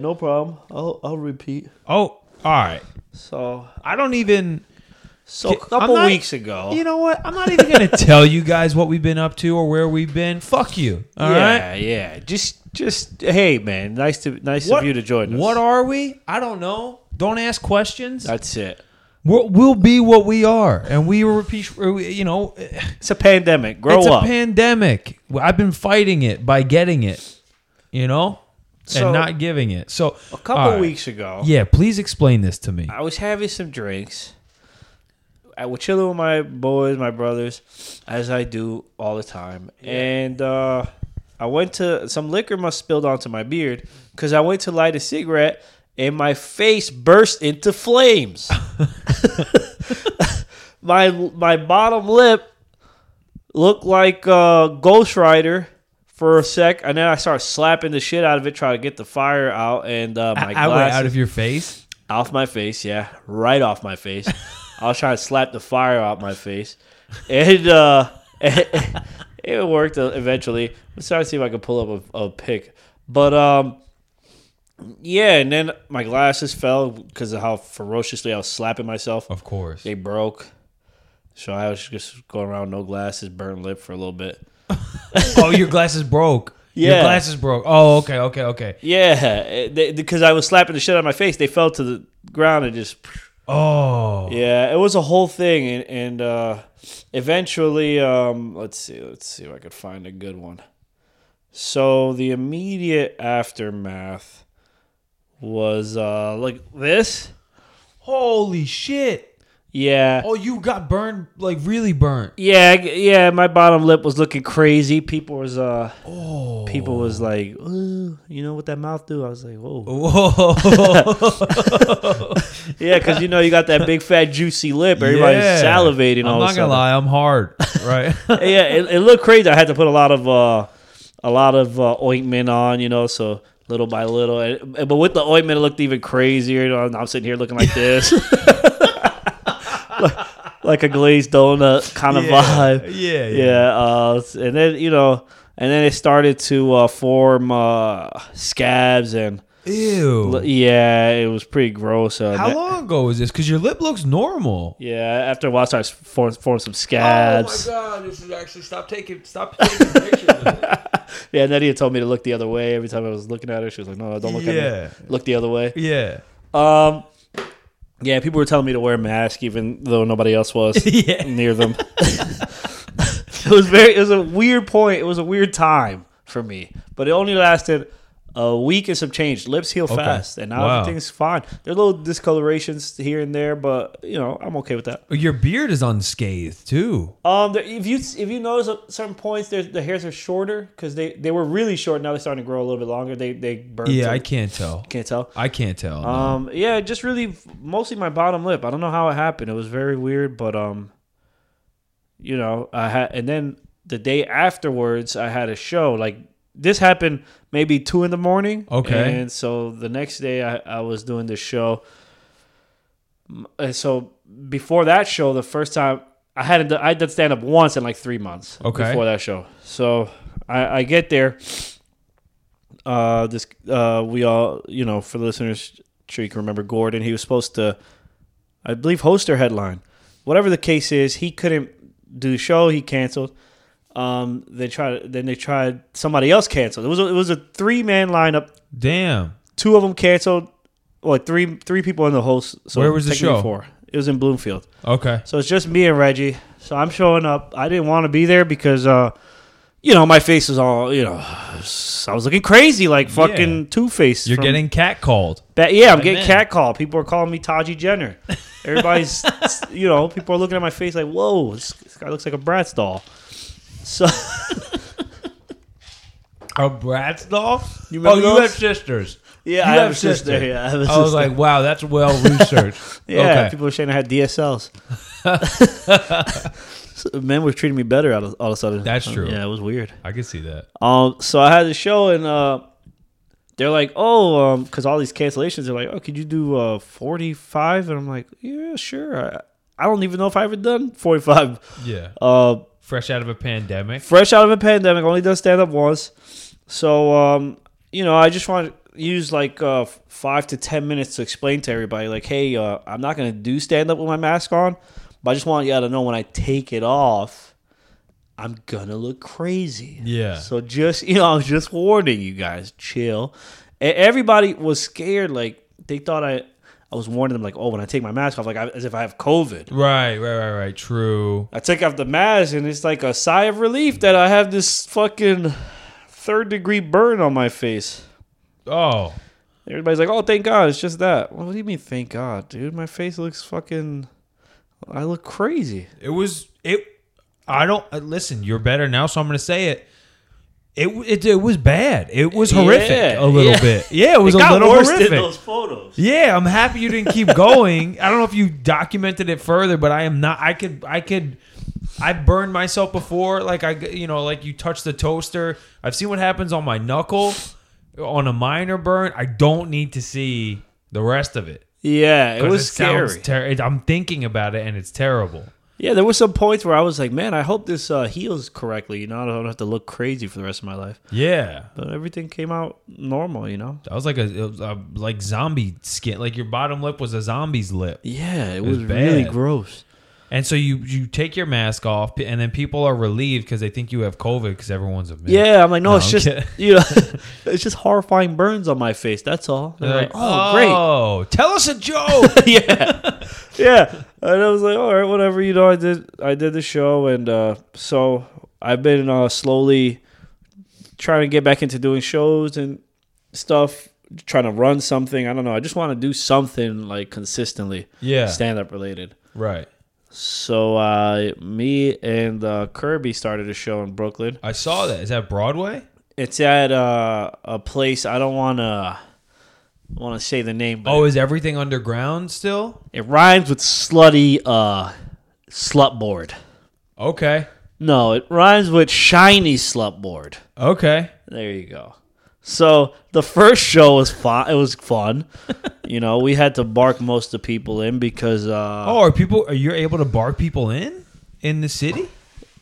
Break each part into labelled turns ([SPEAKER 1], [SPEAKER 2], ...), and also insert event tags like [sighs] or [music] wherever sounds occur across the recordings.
[SPEAKER 1] No problem. I'll I'll repeat.
[SPEAKER 2] Oh, all right.
[SPEAKER 1] So
[SPEAKER 2] I don't even.
[SPEAKER 1] so a
[SPEAKER 2] I'm
[SPEAKER 1] couple
[SPEAKER 2] not-
[SPEAKER 1] weeks ago.
[SPEAKER 2] You know what? I'm not even
[SPEAKER 1] [laughs]
[SPEAKER 2] gonna tell you guys what we've been up to or where we've been. Fuck you. All right.
[SPEAKER 1] yeah, yeah. Just just hey man, nice to nice of you to join us.
[SPEAKER 2] What are we? I don't know. Don't ask questions.
[SPEAKER 1] That's it.
[SPEAKER 2] We're, we'll be what we are, and we were, you know, it's
[SPEAKER 1] It's a pandemic. Grow
[SPEAKER 2] a
[SPEAKER 1] up.
[SPEAKER 2] pandemic. I've been fighting it by getting it, you know,
[SPEAKER 1] So-
[SPEAKER 2] and not giving it. So
[SPEAKER 1] a couple weeks ago,
[SPEAKER 2] Yeah, please explain this to me.
[SPEAKER 1] I was having some drinks. I was chilling with my boys, my brothers, as I do all the time. And uh, I went to some liquor must spilled onto my beard because I went to light a cigarette and my face burst into flames. [laughs] my my bottom lip looked like uh, Ghost Rider for a sec, and then I started slapping the shit out of it, trying to get the fire out, and uh, my
[SPEAKER 2] I went
[SPEAKER 1] glasses
[SPEAKER 2] out of your face.
[SPEAKER 1] off my face, yeah, right off my face. I was trying to slap the fire out my face, and uh, [laughs] it, worked eventually. I'm trying to see if I could pull up a, a pic, but um, yeah, and then my glasses fell because of how ferociously I was slapping myself.
[SPEAKER 2] Of
[SPEAKER 1] [laughs]
[SPEAKER 2] course.
[SPEAKER 1] They broke, so I was just going around no glasses, burnt lip for a little bit.
[SPEAKER 2] oh, your glasses broke. Your
[SPEAKER 1] Yeah.
[SPEAKER 2] glasses broke. Oh, okay, okay, okay.
[SPEAKER 1] Yeah, it- they- because I was slapping the shit out of my face, they fell to the ground and just.
[SPEAKER 2] Oh.
[SPEAKER 1] Yeah, it was a whole thing, and, and uh, eventually, um, let's see, let's see if I could find a good one. So the immediate aftermath was uh, like this.
[SPEAKER 2] Holy shit.
[SPEAKER 1] Yeah,
[SPEAKER 2] Oh, you got burned, like really burnt.
[SPEAKER 1] yeah, I g- yeah. My bottom lip was looking crazy. People was uh,
[SPEAKER 2] Oh.
[SPEAKER 1] people was like, Ooh, you know what that mouth do? I was like, [laughs] whoa,
[SPEAKER 2] Whoa.
[SPEAKER 1] yeah, because you know you got that big fat juicy lip. [laughs] Everybody's
[SPEAKER 2] Yeah.
[SPEAKER 1] salivating.
[SPEAKER 2] I'm
[SPEAKER 1] all
[SPEAKER 2] not
[SPEAKER 1] of a sudden.
[SPEAKER 2] gonna lie, I'm
[SPEAKER 1] [laughs]
[SPEAKER 2] hard, right?
[SPEAKER 1] yeah, it, it looked crazy. I had to put a lot of uh, a lot of uh, ointment on, you know, so little by little. And, and- but with the ointment, it looked even crazier. You know, and I'm sitting here looking like
[SPEAKER 2] [laughs]
[SPEAKER 1] this, [laughs] like, like a glazed donut kind of vibe.
[SPEAKER 2] yeah,
[SPEAKER 1] Yeah, uh, and then you know, and then it started to uh, form uh, scabs, and
[SPEAKER 2] Ew.
[SPEAKER 1] yeah, it was pretty gross. Uh,
[SPEAKER 2] How
[SPEAKER 1] that-
[SPEAKER 2] long ago was this? Because your lip looks normal. Oh
[SPEAKER 1] Yeah, after a while, it starts form form some scabs.
[SPEAKER 2] god, this is actually stop taking stop taking [laughs] pictures.
[SPEAKER 1] [laughs]
[SPEAKER 2] Of it.
[SPEAKER 1] Yeah, Nettie told me to look the other way every time I was looking at her. She was like, "No, don't look
[SPEAKER 2] Yeah.
[SPEAKER 1] at me. Look the other way."
[SPEAKER 2] Yeah,
[SPEAKER 1] Um, yeah, people were telling me to wear a mask, even though nobody
[SPEAKER 2] [laughs]
[SPEAKER 1] else was
[SPEAKER 2] Yeah.
[SPEAKER 1] near them. [laughs] it was very. It was a weird point. It was a weird time for me, but it only lasted a week and some change. Lips heal fast, and now
[SPEAKER 2] Wow.
[SPEAKER 1] everything's fine. There are little discolorations here and there, but you know I'm okay with that.
[SPEAKER 2] your beard is unscathed too.
[SPEAKER 1] Um, there, if you if you notice at certain points, there's- the hairs are shorter because they, they were really short. Now they're starting to grow a little bit longer. They they burn.
[SPEAKER 2] Yeah,
[SPEAKER 1] to-
[SPEAKER 2] I can't tell.
[SPEAKER 1] can't tell.
[SPEAKER 2] I can't tell. no.
[SPEAKER 1] Um, yeah, just really mostly my bottom lip. I don't know how it happened. It was very weird, but um, you know, I had and then the day afterwards, I had a show. Like this happened maybe two in the morning.
[SPEAKER 2] Okay.
[SPEAKER 1] and so the next day I, I was doing this show. M- And uh, so before that show, the first time I hadn't done- I did stand up once in like three months.
[SPEAKER 2] Okay.
[SPEAKER 1] before that show, so I, I get there uh this uh we all you know for the listeners sure you can remember gordon he was supposed to i believe host their headline whatever the case is he couldn't do the show he canceled um they tried then they tried somebody else canceled it was a, it was a three-man lineup
[SPEAKER 2] Damn.
[SPEAKER 1] two of them canceled well three three people in the host so
[SPEAKER 2] Where was the
[SPEAKER 1] technically
[SPEAKER 2] show?
[SPEAKER 1] four. it was in bloomfield
[SPEAKER 2] Okay.
[SPEAKER 1] so it's just me and Reggie. So I'm showing up. I didn't want to be there because, uh, you know, my face was all, you know, I was looking crazy, like fucking Two Face.
[SPEAKER 2] You're getting catcalled.
[SPEAKER 1] Ba- yeah, I'm getting
[SPEAKER 2] then.
[SPEAKER 1] catcall. People are calling me Taji Jenner.
[SPEAKER 2] [laughs]
[SPEAKER 1] Everybody's, you know, people are looking at my face like, whoa, this, this guy looks like a Bratz doll. So
[SPEAKER 2] A Bratz doll?
[SPEAKER 1] You
[SPEAKER 2] oh, you
[SPEAKER 1] remember those?
[SPEAKER 2] have sisters.
[SPEAKER 1] yeah,
[SPEAKER 2] You
[SPEAKER 1] I
[SPEAKER 2] have
[SPEAKER 1] was just there. Yeah, I, was,
[SPEAKER 2] I was like, wow, that's well researched.
[SPEAKER 1] [laughs] yeah,
[SPEAKER 2] okay.
[SPEAKER 1] people were saying I had DSLs.
[SPEAKER 2] [laughs]
[SPEAKER 1] [laughs] So men were treating me better all of, all of a sudden.
[SPEAKER 2] That's true.
[SPEAKER 1] Yeah, it was weird.
[SPEAKER 2] I can see that.
[SPEAKER 1] Um, so I had the show, and uh, they're like, "Oh, um, because all these cancellations are like, oh, could you do uh forty five? And I'm like, yeah, sure. I, I don't even know if I ever done forty five.
[SPEAKER 2] Yeah.
[SPEAKER 1] Uh,
[SPEAKER 2] Fresh out of a pandemic.
[SPEAKER 1] fresh out of a pandemic, only done stand up once. So um, you know, I just want use like uh, f- five to ten minutes to explain to everybody, like, hey, uh, I'm not gonna do stand up with my mask on, but I just want y'all to know when I take it off, I'm gonna look crazy.
[SPEAKER 2] Yeah.
[SPEAKER 1] So just [laughs] you know, I was just warning you guys, chill. And everybody was scared, like they thought I, I was warning them, like, oh, when I take my mask off, like I, as if I have COVID.
[SPEAKER 2] Right, right, right, right. True.
[SPEAKER 1] I take off the mask, and it's like a sigh of relief that I have this fucking third degree burn on my face.
[SPEAKER 2] Oh,
[SPEAKER 1] Everybody's like, "Oh, thank God, it's just that." Well, what do you mean, thank God, dude? My face looks fucking. I look crazy.
[SPEAKER 2] it was it. I don't uh, listen. You're better now, so I'm going to say it. It, it, it was bad. It was horrific
[SPEAKER 1] Yeah,
[SPEAKER 2] a little
[SPEAKER 1] yeah.
[SPEAKER 2] bit. Yeah, it was a little horrific.
[SPEAKER 1] photos.
[SPEAKER 2] Yeah, I'm happy you didn't keep going. I don't know if you documented it further, but I am not. I could, I could, I burned myself before. Like I, you know, like you touch the toaster. I've seen what happens on my knuckle, on a minor burn. I don't need to see the rest of it.
[SPEAKER 1] Yeah, it
[SPEAKER 2] 'Cause
[SPEAKER 1] was scary.
[SPEAKER 2] sounds Ter- it- I'm thinking about it, and it's terrible.
[SPEAKER 1] yeah, there were some points where I was like, "Man, I hope this uh, heals correctly." You know, I don't have to look crazy for the rest of my life.
[SPEAKER 2] Yeah,
[SPEAKER 1] But everything came out normal. You know.
[SPEAKER 2] that was like a, it was a like zombie skin. Like your bottom lip was a zombie's lip.
[SPEAKER 1] Yeah, it,
[SPEAKER 2] was
[SPEAKER 1] was, really
[SPEAKER 2] bad.
[SPEAKER 1] gross.
[SPEAKER 2] And so you you take your mask off, and then people are relieved because they think you have COVID because everyone's a man.
[SPEAKER 1] Yeah, I'm like, no,
[SPEAKER 2] No,
[SPEAKER 1] [laughs] it's
[SPEAKER 2] I'm
[SPEAKER 1] just
[SPEAKER 2] kidding.
[SPEAKER 1] you know, it's just horrifying burns on my face. That's all. They're like, oh, great.
[SPEAKER 2] Oh, tell us a
[SPEAKER 1] [laughs]
[SPEAKER 2] joke.
[SPEAKER 1] yeah, [laughs] yeah. And I was like, all right, whatever. You know, I did, I did the show, and uh, so I've been uh, slowly trying to get back into doing shows and stuff. Trying to run something. I don't know. I just want to do something like consistently,
[SPEAKER 2] yeah.
[SPEAKER 1] stand up related.
[SPEAKER 2] right.
[SPEAKER 1] So uh, me and uh, Kirby started a show in Brooklyn.
[SPEAKER 2] I saw that. Is that Broadway?
[SPEAKER 1] It's at uh, a place I don't want to want to say the name, but
[SPEAKER 2] Oh, is everything underground still?
[SPEAKER 1] it rhymes with slutty uh, slut board.
[SPEAKER 2] Okay.
[SPEAKER 1] No, it rhymes with shiny slut board.
[SPEAKER 2] Okay.
[SPEAKER 1] There you go. So the first show was fun. It was [laughs] fun. you know, we had to bark most of the people in because uh,
[SPEAKER 2] Oh, are people are you able to bar people in in the city?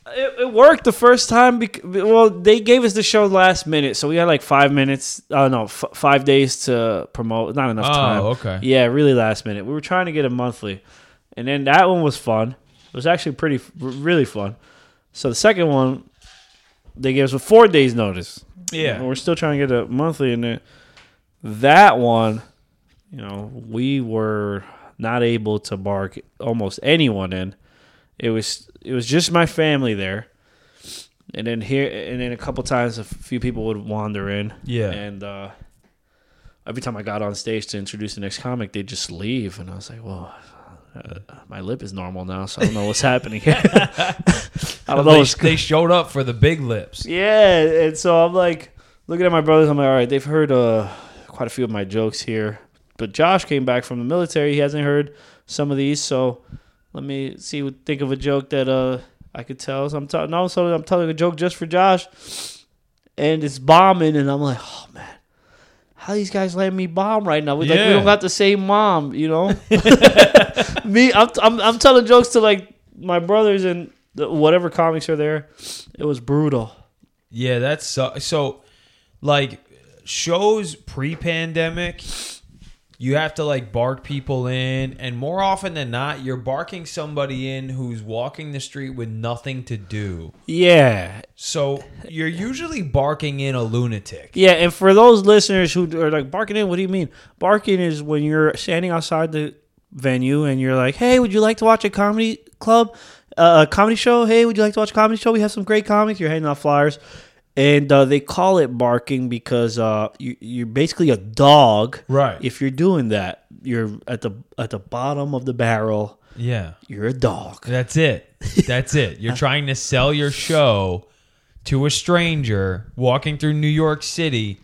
[SPEAKER 1] it, it worked the first time. Bec- well, they gave us the show last minute, so we had like five minutes. Oh no, f- five days to promote. Not enough
[SPEAKER 2] Oh,
[SPEAKER 1] time.
[SPEAKER 2] okay.
[SPEAKER 1] Yeah, really last minute. We were trying to get a monthly, and then that one was fun. It was actually pretty, f- really fun. So the second one, they gave us a four days notice. And
[SPEAKER 2] Yeah.
[SPEAKER 1] We're still trying to get a monthly in it. That one, you know, we were not able to bark almost anyone in. It was it was just my family there. And then here and then a couple times a few people would wander in.
[SPEAKER 2] Yeah.
[SPEAKER 1] And uh every time I got on stage to introduce the next comic, they'd just leave and I was like, "Well, uh, my lip is normal now, so I don't know what's happening here. [laughs] I don't know
[SPEAKER 2] They,
[SPEAKER 1] what's
[SPEAKER 2] they showed up for the big lips.
[SPEAKER 1] yeah, and so I'm like looking at my brothers. I'm like, all right, they've heard uh, quite a few of my jokes here, but Josh came back from the military. He hasn't heard some of these, so let me see. what- Think of a joke that uh I could tell. So I'm telling. All of a sudden, I'm telling a joke just for Josh, and it's bombing, and I'm like, oh man. How these guys letting me bomb right now? We like we
[SPEAKER 2] Yeah.
[SPEAKER 1] don't got the same mom, you know. [laughs] me, I'm, I'm I'm telling jokes to like my brothers and the, whatever comics are there. It was brutal.
[SPEAKER 2] Yeah, that's so, so like shows pre-pandemic you have to like bark people in and more often than not you're barking somebody in who's walking the street with nothing to do.
[SPEAKER 1] Yeah.
[SPEAKER 2] So you're usually barking in a lunatic.
[SPEAKER 1] Yeah, and for those listeners who are like barking in, what do you mean? Barking is when you're standing outside the venue and you're like, "Hey, would you like to watch a comedy club, uh, a comedy show? Hey, would you like to watch a comedy show? We have some great comics. You're handing out flyers." And uh, they call it barking because uh, you, you're basically a dog.
[SPEAKER 2] Right.
[SPEAKER 1] If you're doing that, you're at the at the bottom of the barrel.
[SPEAKER 2] Yeah.
[SPEAKER 1] You're a dog.
[SPEAKER 2] That's it. That's it. You're trying to sell your show to a stranger walking through New York City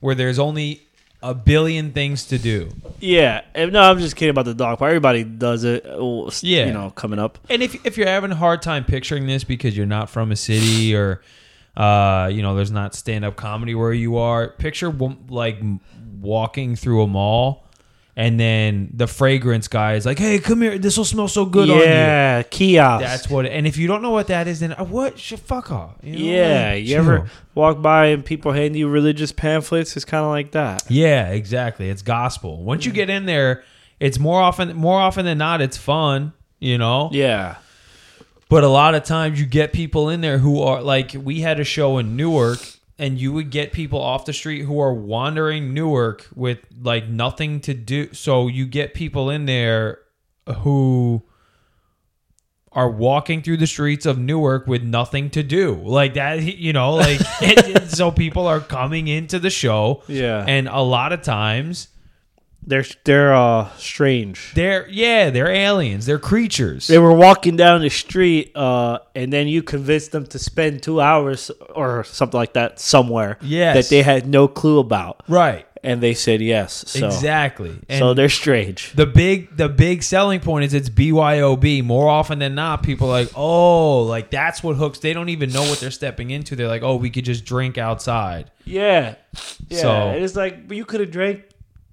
[SPEAKER 2] where there's only a billion things to do.
[SPEAKER 1] Yeah. And no, I'm just kidding about the dog part. Everybody does it. uh,
[SPEAKER 2] Yeah.
[SPEAKER 1] You know, coming up.
[SPEAKER 2] And if, if you're having a hard time picturing this because you're not from a city or, uh, you know, there's not stand up comedy where you are, picture w- like m- walking through a mall and then the fragrance guy is like, "Hey, come here. This will smell so good on you."
[SPEAKER 1] yeah, kiosk.
[SPEAKER 2] That's what. And if you don't know what that is, then uh, what? Sh- fuck off. You know,
[SPEAKER 1] yeah,
[SPEAKER 2] like,
[SPEAKER 1] you ever
[SPEAKER 2] chill.
[SPEAKER 1] walk by and people hand you religious pamphlets? It's kind of like that.
[SPEAKER 2] Yeah, exactly. It's gospel. Once you get in there, it's more often more often than not, it's fun. You know.
[SPEAKER 1] Yeah,
[SPEAKER 2] But a lot of times you get people in there who are like, we had a show in Newark, and you would get people off the street who are wandering Newark with like nothing to do. So you get people in there who are walking through the streets of Newark with nothing to do. Like that, you know,
[SPEAKER 1] [laughs]
[SPEAKER 2] like so people are coming into the show.
[SPEAKER 1] Yeah.
[SPEAKER 2] And a lot of times
[SPEAKER 1] they're they're uh, strange.
[SPEAKER 2] they're, yeah, they're aliens, they're creatures.
[SPEAKER 1] They were walking down the street, uh, and then you convinced them to spend two hours or something like that somewhere
[SPEAKER 2] Yes.
[SPEAKER 1] that they had no clue about,
[SPEAKER 2] right.
[SPEAKER 1] and they said yes. So,
[SPEAKER 2] Exactly. And
[SPEAKER 1] so they're strange.
[SPEAKER 2] the big the big selling point is it's BYOB. More often than not, people are like, oh, like that's what hooks. They don't even know what they're stepping into. They're like, oh, we could just drink outside.
[SPEAKER 1] Yeah, yeah.
[SPEAKER 2] So-
[SPEAKER 1] and it's like you could have drank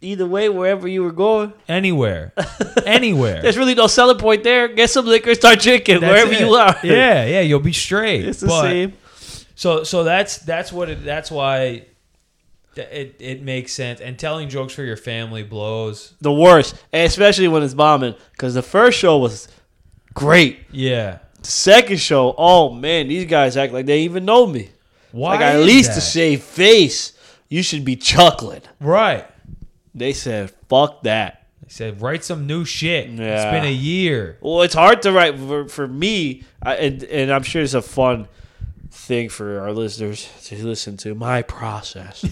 [SPEAKER 1] either way wherever you were going. [laughs]
[SPEAKER 2] Anywhere. Anywhere.
[SPEAKER 1] There's really no selling point there. Get some liquor, start drinking
[SPEAKER 2] That's
[SPEAKER 1] wherever you
[SPEAKER 2] it.
[SPEAKER 1] are.
[SPEAKER 2] Yeah, yeah, you'll be straight.
[SPEAKER 1] it's the
[SPEAKER 2] But-
[SPEAKER 1] same.
[SPEAKER 2] So so that's that's what it that's why th- it, it makes sense. And telling jokes for your family blows.
[SPEAKER 1] The worst, and especially when it's bombing, because the first show was great.
[SPEAKER 2] Yeah.
[SPEAKER 1] The second show, oh man, these guys act like they even know me.
[SPEAKER 2] Why
[SPEAKER 1] like at
[SPEAKER 2] is
[SPEAKER 1] least
[SPEAKER 2] that?
[SPEAKER 1] to save face, you should be chuckling.
[SPEAKER 2] Right.
[SPEAKER 1] They said, "Fuck that."
[SPEAKER 2] They said write some new shit. It's
[SPEAKER 1] Yeah.
[SPEAKER 2] been a year.
[SPEAKER 1] Well, it's hard to write for, for me, I, and and I'm sure it's a fun thing for our listeners to listen to my process.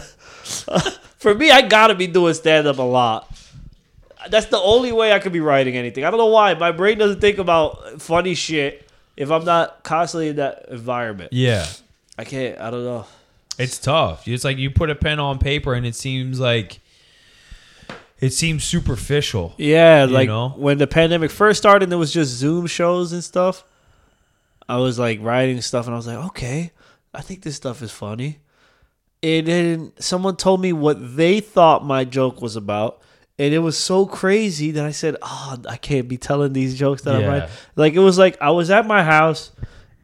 [SPEAKER 1] [laughs] for me, I gotta be doing stand up a lot. That's the only way I could be writing anything. I don't know why my brain doesn't think about funny shit if I'm not constantly in that environment.
[SPEAKER 2] Yeah.
[SPEAKER 1] I can't. I don't know.
[SPEAKER 2] It's tough. It's like you put a pen on paper and it seems like it seems superficial.
[SPEAKER 1] Yeah,
[SPEAKER 2] You
[SPEAKER 1] like
[SPEAKER 2] know?
[SPEAKER 1] when the pandemic first started and it was just Zoom shows and stuff, I was like writing stuff and I was like, okay, I think this stuff is funny. And then someone told me what they thought my joke was about. And it was so crazy that I said, oh, I can't be telling these jokes that
[SPEAKER 2] Yeah.
[SPEAKER 1] I'm writing. Like, it was like I was at my house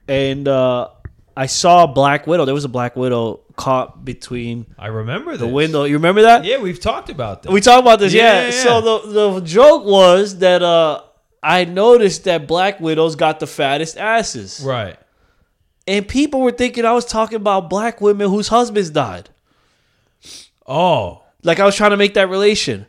[SPEAKER 1] and uh, I saw a Black Widow. There was a Black Widow caught between
[SPEAKER 2] I remember
[SPEAKER 1] the
[SPEAKER 2] this.
[SPEAKER 1] window. You remember that?
[SPEAKER 2] Yeah, we've talked about this.
[SPEAKER 1] We talked about this,
[SPEAKER 2] Yeah,
[SPEAKER 1] yeah.
[SPEAKER 2] yeah,
[SPEAKER 1] So the the joke was that uh, I noticed that black widows got the fattest asses,
[SPEAKER 2] right.
[SPEAKER 1] and people were thinking I was talking about black women whose husbands died.
[SPEAKER 2] Oh.
[SPEAKER 1] Like I was trying to make that relation,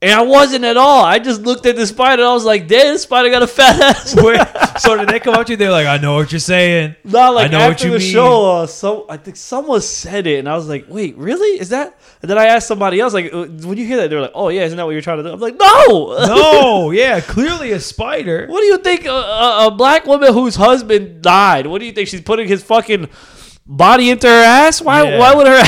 [SPEAKER 1] and I wasn't at all. I just looked at the spider. and I was like, "Damn, this spider got a fat ass." [laughs]
[SPEAKER 2] Wait, [laughs] so did they come up to you? They're like, I know what you're saying.
[SPEAKER 1] Not like
[SPEAKER 2] I know what
[SPEAKER 1] after
[SPEAKER 2] you
[SPEAKER 1] the
[SPEAKER 2] mean.
[SPEAKER 1] show, uh, so I think someone said it, and I was like, "Wait, really? Is that?" And then I asked somebody else, like, "Uh, "When you hear that, they're like, oh yeah, isn't that what you're trying to do?'" I'm like, "No, [laughs]
[SPEAKER 2] No, yeah, clearly a spider.
[SPEAKER 1] What do you think a, a, a black woman whose husband died? What do you think she's putting his fucking body into her ass? Why
[SPEAKER 2] Yeah.
[SPEAKER 1] why would her [laughs]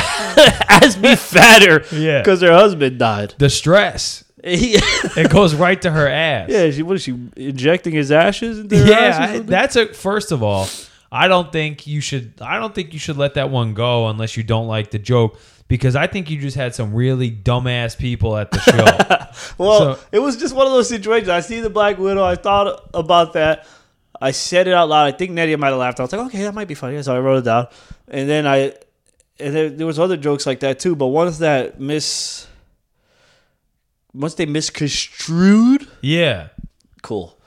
[SPEAKER 1] ass be fatter?
[SPEAKER 2] Yeah.
[SPEAKER 1] because her husband died.
[SPEAKER 2] The stress.
[SPEAKER 1] yeah,
[SPEAKER 2] It goes right to her ass.
[SPEAKER 1] she what is she injecting his ashes into [laughs] her ass? or
[SPEAKER 2] yeah I-
[SPEAKER 1] something?
[SPEAKER 2] that's a first of all i don't think you should i don't think you should let that one go unless you don't like the joke because i think you just had some really dumbass people at the
[SPEAKER 1] [laughs]
[SPEAKER 2] show
[SPEAKER 1] Well,
[SPEAKER 2] so-
[SPEAKER 1] it was just one of those situations. I see the Black Widow. I thought about that. I said it out loud. I think Nettie might have laughed. I was like, okay, that might be funny. So I wrote it down, and then I, and there, there was other jokes like that too. But once that mis, once they misconstrued,
[SPEAKER 2] yeah
[SPEAKER 1] cool.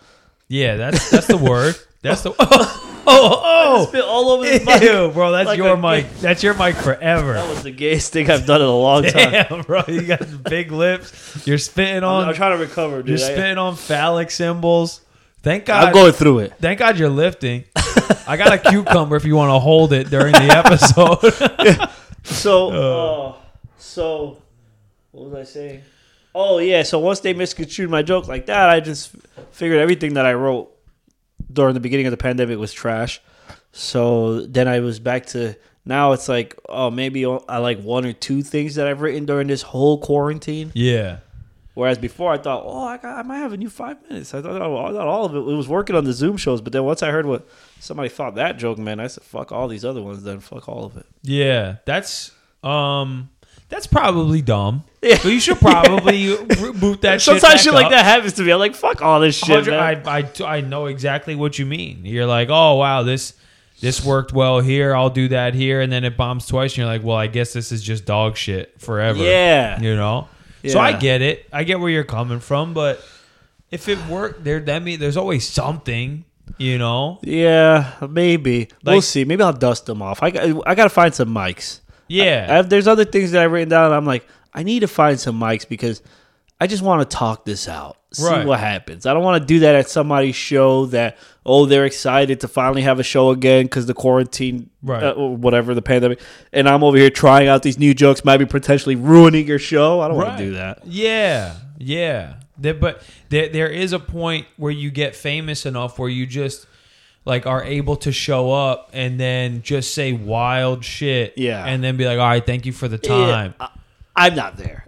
[SPEAKER 2] yeah that's that's the [laughs] word that's the oh oh,
[SPEAKER 1] Spit all
[SPEAKER 2] [laughs]
[SPEAKER 1] over the
[SPEAKER 2] oh.
[SPEAKER 1] mic.
[SPEAKER 2] Ew, bro that's
[SPEAKER 1] Like
[SPEAKER 2] your
[SPEAKER 1] a-
[SPEAKER 2] mic that's your mic
[SPEAKER 1] That
[SPEAKER 2] forever
[SPEAKER 1] was the gayest thing I've done in a long time.
[SPEAKER 2] [laughs] Damn, bro you got big lips [laughs] you're spitting
[SPEAKER 1] I'm, I'm
[SPEAKER 2] on
[SPEAKER 1] trying to recover,
[SPEAKER 2] you're
[SPEAKER 1] dude. I,
[SPEAKER 2] spitting on phallic symbols thank god
[SPEAKER 1] I'm going through it.
[SPEAKER 2] Thank God you're [laughs] lifting. I got a cucumber if you want to hold it during the episode.
[SPEAKER 1] So, uh, so what was I saying? Oh yeah. So once they misconstrued my joke like that, I just figured everything that I wrote during the beginning of the pandemic was trash. So then I was back to now. It's like oh maybe I like one or two things that I've written during this whole quarantine.
[SPEAKER 2] [laughs] yeah.
[SPEAKER 1] Whereas before I thought oh I, got, I might have a new five minutes. I thought oh, I thought all of it. It was working on the Zoom shows, but then once I heard what somebody thought that joke meant, I said fuck all these other ones. Then fuck all of it.
[SPEAKER 2] Yeah. That's um That's probably dumb. Yeah. But you should probably [laughs] re- boot that.
[SPEAKER 1] [laughs] Sometimes
[SPEAKER 2] shit
[SPEAKER 1] shit
[SPEAKER 2] back
[SPEAKER 1] like
[SPEAKER 2] up.
[SPEAKER 1] that happens to me. I'm like, fuck all this shit.
[SPEAKER 2] Hundred-
[SPEAKER 1] man.
[SPEAKER 2] I, I, I know exactly what you mean. You're like, oh wow, this this worked well here. I'll do that here, and then it bombs twice, and you're like, well, I guess this is just dog shit forever.
[SPEAKER 1] Yeah.
[SPEAKER 2] you know. So I
[SPEAKER 1] Yeah.
[SPEAKER 2] get it. I get where you're coming from, but if it worked, there that mean there's always something, you know.
[SPEAKER 1] yeah, maybe. we'll
[SPEAKER 2] Like-
[SPEAKER 1] see. Maybe I'll dust them off. I got, I got to find some mics.
[SPEAKER 2] Yeah,
[SPEAKER 1] I have, there's other things that I've written down. I'm like, I need to find some mics because I just want to talk this out, see
[SPEAKER 2] Right.
[SPEAKER 1] what happens. I don't want to do that at somebody's show that oh they're excited to finally have a show again because the quarantine,
[SPEAKER 2] Right.
[SPEAKER 1] uh, or whatever the pandemic, and I'm over here trying out these new jokes, maybe potentially ruining your show. I don't want
[SPEAKER 2] Right.
[SPEAKER 1] to do that.
[SPEAKER 2] Yeah, yeah. There, but there, there is a point where you get famous enough where you just like are able to show up and then just say wild shit.
[SPEAKER 1] Yeah.
[SPEAKER 2] and then be like, all right, thank you for the time.
[SPEAKER 1] Yeah, I, am not there.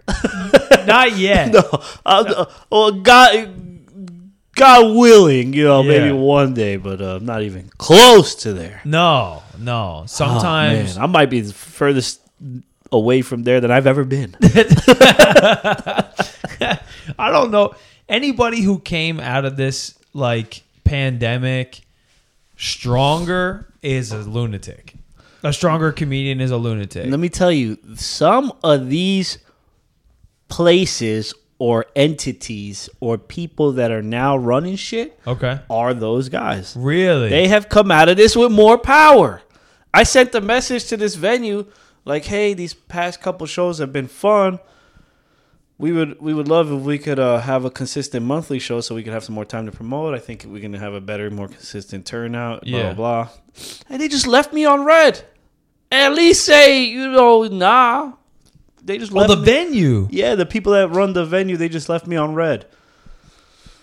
[SPEAKER 2] Not yet.
[SPEAKER 1] [laughs] no, I'm, uh, well, God. God willing, you know,
[SPEAKER 2] Yeah.
[SPEAKER 1] maybe [laughs] one day, but uh, I'm not even close to there.
[SPEAKER 2] No, no.
[SPEAKER 1] Oh,
[SPEAKER 2] Sometimes
[SPEAKER 1] man, I might be the furthest away from there than I've ever been.
[SPEAKER 2] I don't know anybody who came out of this like pandemic stronger is a lunatic. A stronger comedian is a lunatic.
[SPEAKER 1] Let me tell you, some of these places or entities or people that are now running shit
[SPEAKER 2] Okay.
[SPEAKER 1] are those guys.
[SPEAKER 2] Really?
[SPEAKER 1] They have come out of this with more power. I sent a message to this venue like, "Hey, these past couple shows have been fun. We would we would love if we could uh, have a consistent monthly show so we could have some more time to promote. I think we can have a better, more consistent turnout. Blah
[SPEAKER 2] Yeah.
[SPEAKER 1] blah blah." And they just left me on red. At least say you know nah. They just
[SPEAKER 2] oh,
[SPEAKER 1] left
[SPEAKER 2] the
[SPEAKER 1] me-
[SPEAKER 2] venue.
[SPEAKER 1] yeah, the people that run the venue, they just left me on red. [sighs]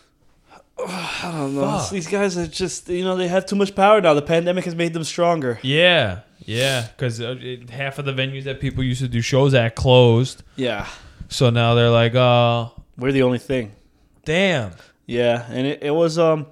[SPEAKER 1] I don't know.
[SPEAKER 2] Fuck.
[SPEAKER 1] These guys are just, you know, they have too much power now. The pandemic has made them stronger.
[SPEAKER 2] Yeah, yeah, because half of the venues that people used to do shows at closed,
[SPEAKER 1] Yeah.
[SPEAKER 2] so now they're like, "Oh,
[SPEAKER 1] We're the only thing.
[SPEAKER 2] damn."
[SPEAKER 1] Yeah, and it, it was um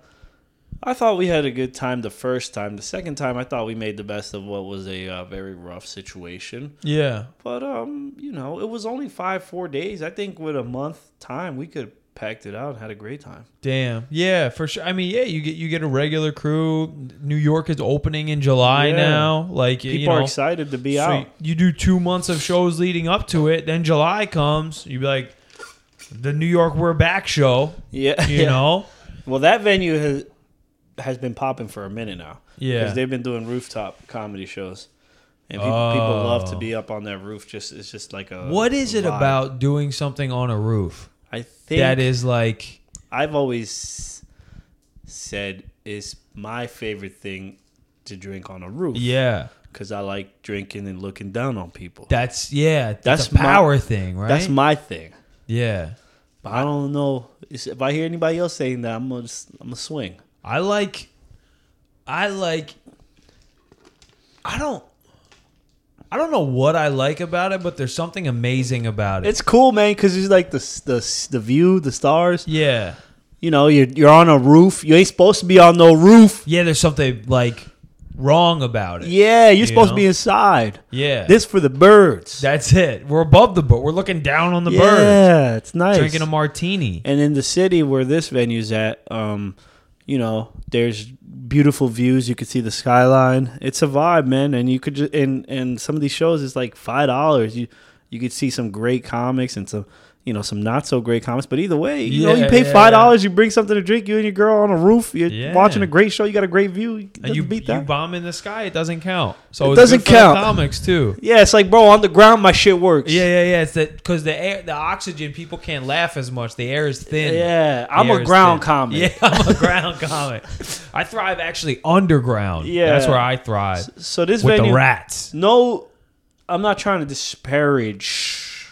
[SPEAKER 1] I thought we had a good time the first time. The second time I thought we made the best of what was a uh, very rough situation.
[SPEAKER 2] Yeah,
[SPEAKER 1] But um, you know, it was only 5-4 days. I think with a month time, we could have packed it out and had a great time.
[SPEAKER 2] damn. Yeah, for sure. I mean, yeah, you get you get a regular crew. New York is opening in July
[SPEAKER 1] Yeah.
[SPEAKER 2] now. Like,
[SPEAKER 1] People
[SPEAKER 2] you know,
[SPEAKER 1] are excited to be
[SPEAKER 2] so
[SPEAKER 1] out.
[SPEAKER 2] you do two months of shows leading up to it. Then July comes, you be like, the New York We're Back show.
[SPEAKER 1] Yeah. [laughs]
[SPEAKER 2] You know,
[SPEAKER 1] Well, that venue has has been popping for a minute now.
[SPEAKER 2] Yeah.
[SPEAKER 1] because they've been doing rooftop comedy shows, and people, people
[SPEAKER 2] Oh.
[SPEAKER 1] love to be up on that roof. Just it's just like a
[SPEAKER 2] what is it
[SPEAKER 1] vibe.
[SPEAKER 2] about doing something on a roof
[SPEAKER 1] I think
[SPEAKER 2] that is like?
[SPEAKER 1] I've always said is my favorite thing to drink on a roof.
[SPEAKER 2] Yeah.
[SPEAKER 1] because I like drinking and looking down on people.
[SPEAKER 2] That's yeah. That's,
[SPEAKER 1] That's
[SPEAKER 2] a power
[SPEAKER 1] my-
[SPEAKER 2] thing, right?
[SPEAKER 1] That's my thing.
[SPEAKER 2] yeah.
[SPEAKER 1] But I don't know It's- if I hear anybody else saying that. I'm gonna just, I'm gonna swing.
[SPEAKER 2] I like. I like. I don't. I don't know what I like about it, but there's something amazing about it.
[SPEAKER 1] It's cool, man, because it's like the s- the s- the view, the stars.
[SPEAKER 2] yeah.
[SPEAKER 1] you know, you're you're on a roof. You ain't supposed to be on no roof.
[SPEAKER 2] Yeah. There's something like wrong about it.
[SPEAKER 1] Yeah, you're
[SPEAKER 2] You
[SPEAKER 1] supposed
[SPEAKER 2] know?
[SPEAKER 1] to be inside.
[SPEAKER 2] Yeah.
[SPEAKER 1] This for the birds.
[SPEAKER 2] That's it. We're above the bird. We're looking down on the
[SPEAKER 1] yeah,
[SPEAKER 2] bird.
[SPEAKER 1] it's nice.
[SPEAKER 2] Drinking a martini.
[SPEAKER 1] and in the city where this venue's at, um, you know, there's beautiful views. You can see the skyline. It's a vibe, man. And you could just and and some of these shows is like five dollars. You you could see some great comics and some. You know some not so great comics, but either way, you know you
[SPEAKER 2] Yeah,
[SPEAKER 1] pay
[SPEAKER 2] yeah,
[SPEAKER 1] five dollars, you bring something to drink, you and your girl on a roof, you're
[SPEAKER 2] Yeah.
[SPEAKER 1] watching a great show, you got a great view, you,
[SPEAKER 2] And you,
[SPEAKER 1] beat
[SPEAKER 2] you
[SPEAKER 1] that.
[SPEAKER 2] bomb in the sky, it doesn't count. So it's
[SPEAKER 1] It
[SPEAKER 2] good
[SPEAKER 1] doesn't
[SPEAKER 2] for the
[SPEAKER 1] count.
[SPEAKER 2] comics too.
[SPEAKER 1] Yeah, it's like, bro, on the ground, my shit works.
[SPEAKER 2] Yeah, yeah, yeah. It's that because the air, the oxygen, people can't laugh as much. The air is thin.
[SPEAKER 1] Yeah,
[SPEAKER 2] The
[SPEAKER 1] I'm
[SPEAKER 2] air
[SPEAKER 1] a
[SPEAKER 2] is
[SPEAKER 1] ground
[SPEAKER 2] thin.
[SPEAKER 1] comic.
[SPEAKER 2] Yeah, I'm a ground comic. I thrive actually underground.
[SPEAKER 1] Yeah.
[SPEAKER 2] that's where I thrive
[SPEAKER 1] So this
[SPEAKER 2] with
[SPEAKER 1] venue,
[SPEAKER 2] the rats.
[SPEAKER 1] no, I'm not trying to disparage.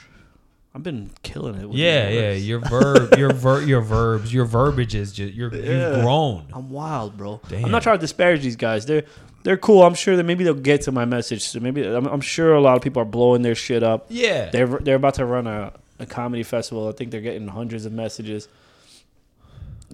[SPEAKER 1] I've been killing it. With
[SPEAKER 2] Yeah,
[SPEAKER 1] these
[SPEAKER 2] yeah.
[SPEAKER 1] words.
[SPEAKER 2] Your verb, your ver, your verbs, your verbiage is just you're,
[SPEAKER 1] Yeah.
[SPEAKER 2] you've grown.
[SPEAKER 1] I'm wild, bro.
[SPEAKER 2] Damn.
[SPEAKER 1] I'm not trying to disparage these guys. They're they're cool. I'm sure that maybe they'll get to my message. So maybe I'm, I'm sure a lot of people are blowing their shit up.
[SPEAKER 2] Yeah,
[SPEAKER 1] They're they're about to run a, a comedy festival. I think they're getting hundreds of messages.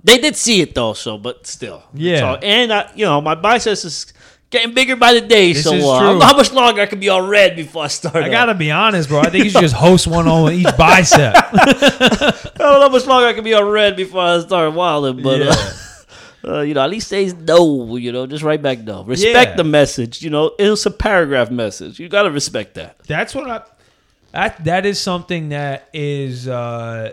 [SPEAKER 1] They did see it though, so but still,
[SPEAKER 2] Yeah.
[SPEAKER 1] So, and I, you know, my biceps is Getting bigger by the day,
[SPEAKER 2] This
[SPEAKER 1] so
[SPEAKER 2] is
[SPEAKER 1] uh, I don't
[SPEAKER 2] true.
[SPEAKER 1] know how much longer I can be all red before I start?
[SPEAKER 2] I
[SPEAKER 1] up.
[SPEAKER 2] gotta be honest, bro. I think you should just host one on each bicep.
[SPEAKER 1] I don't know how much longer I can be all red before I start wilding, [laughs] but uh, uh, you know, at least say no. You know, just right back no. Respect
[SPEAKER 2] Yeah.
[SPEAKER 1] the message. You know, it's a paragraph message. You gotta respect that.
[SPEAKER 2] That's what I. That that is something that is uh,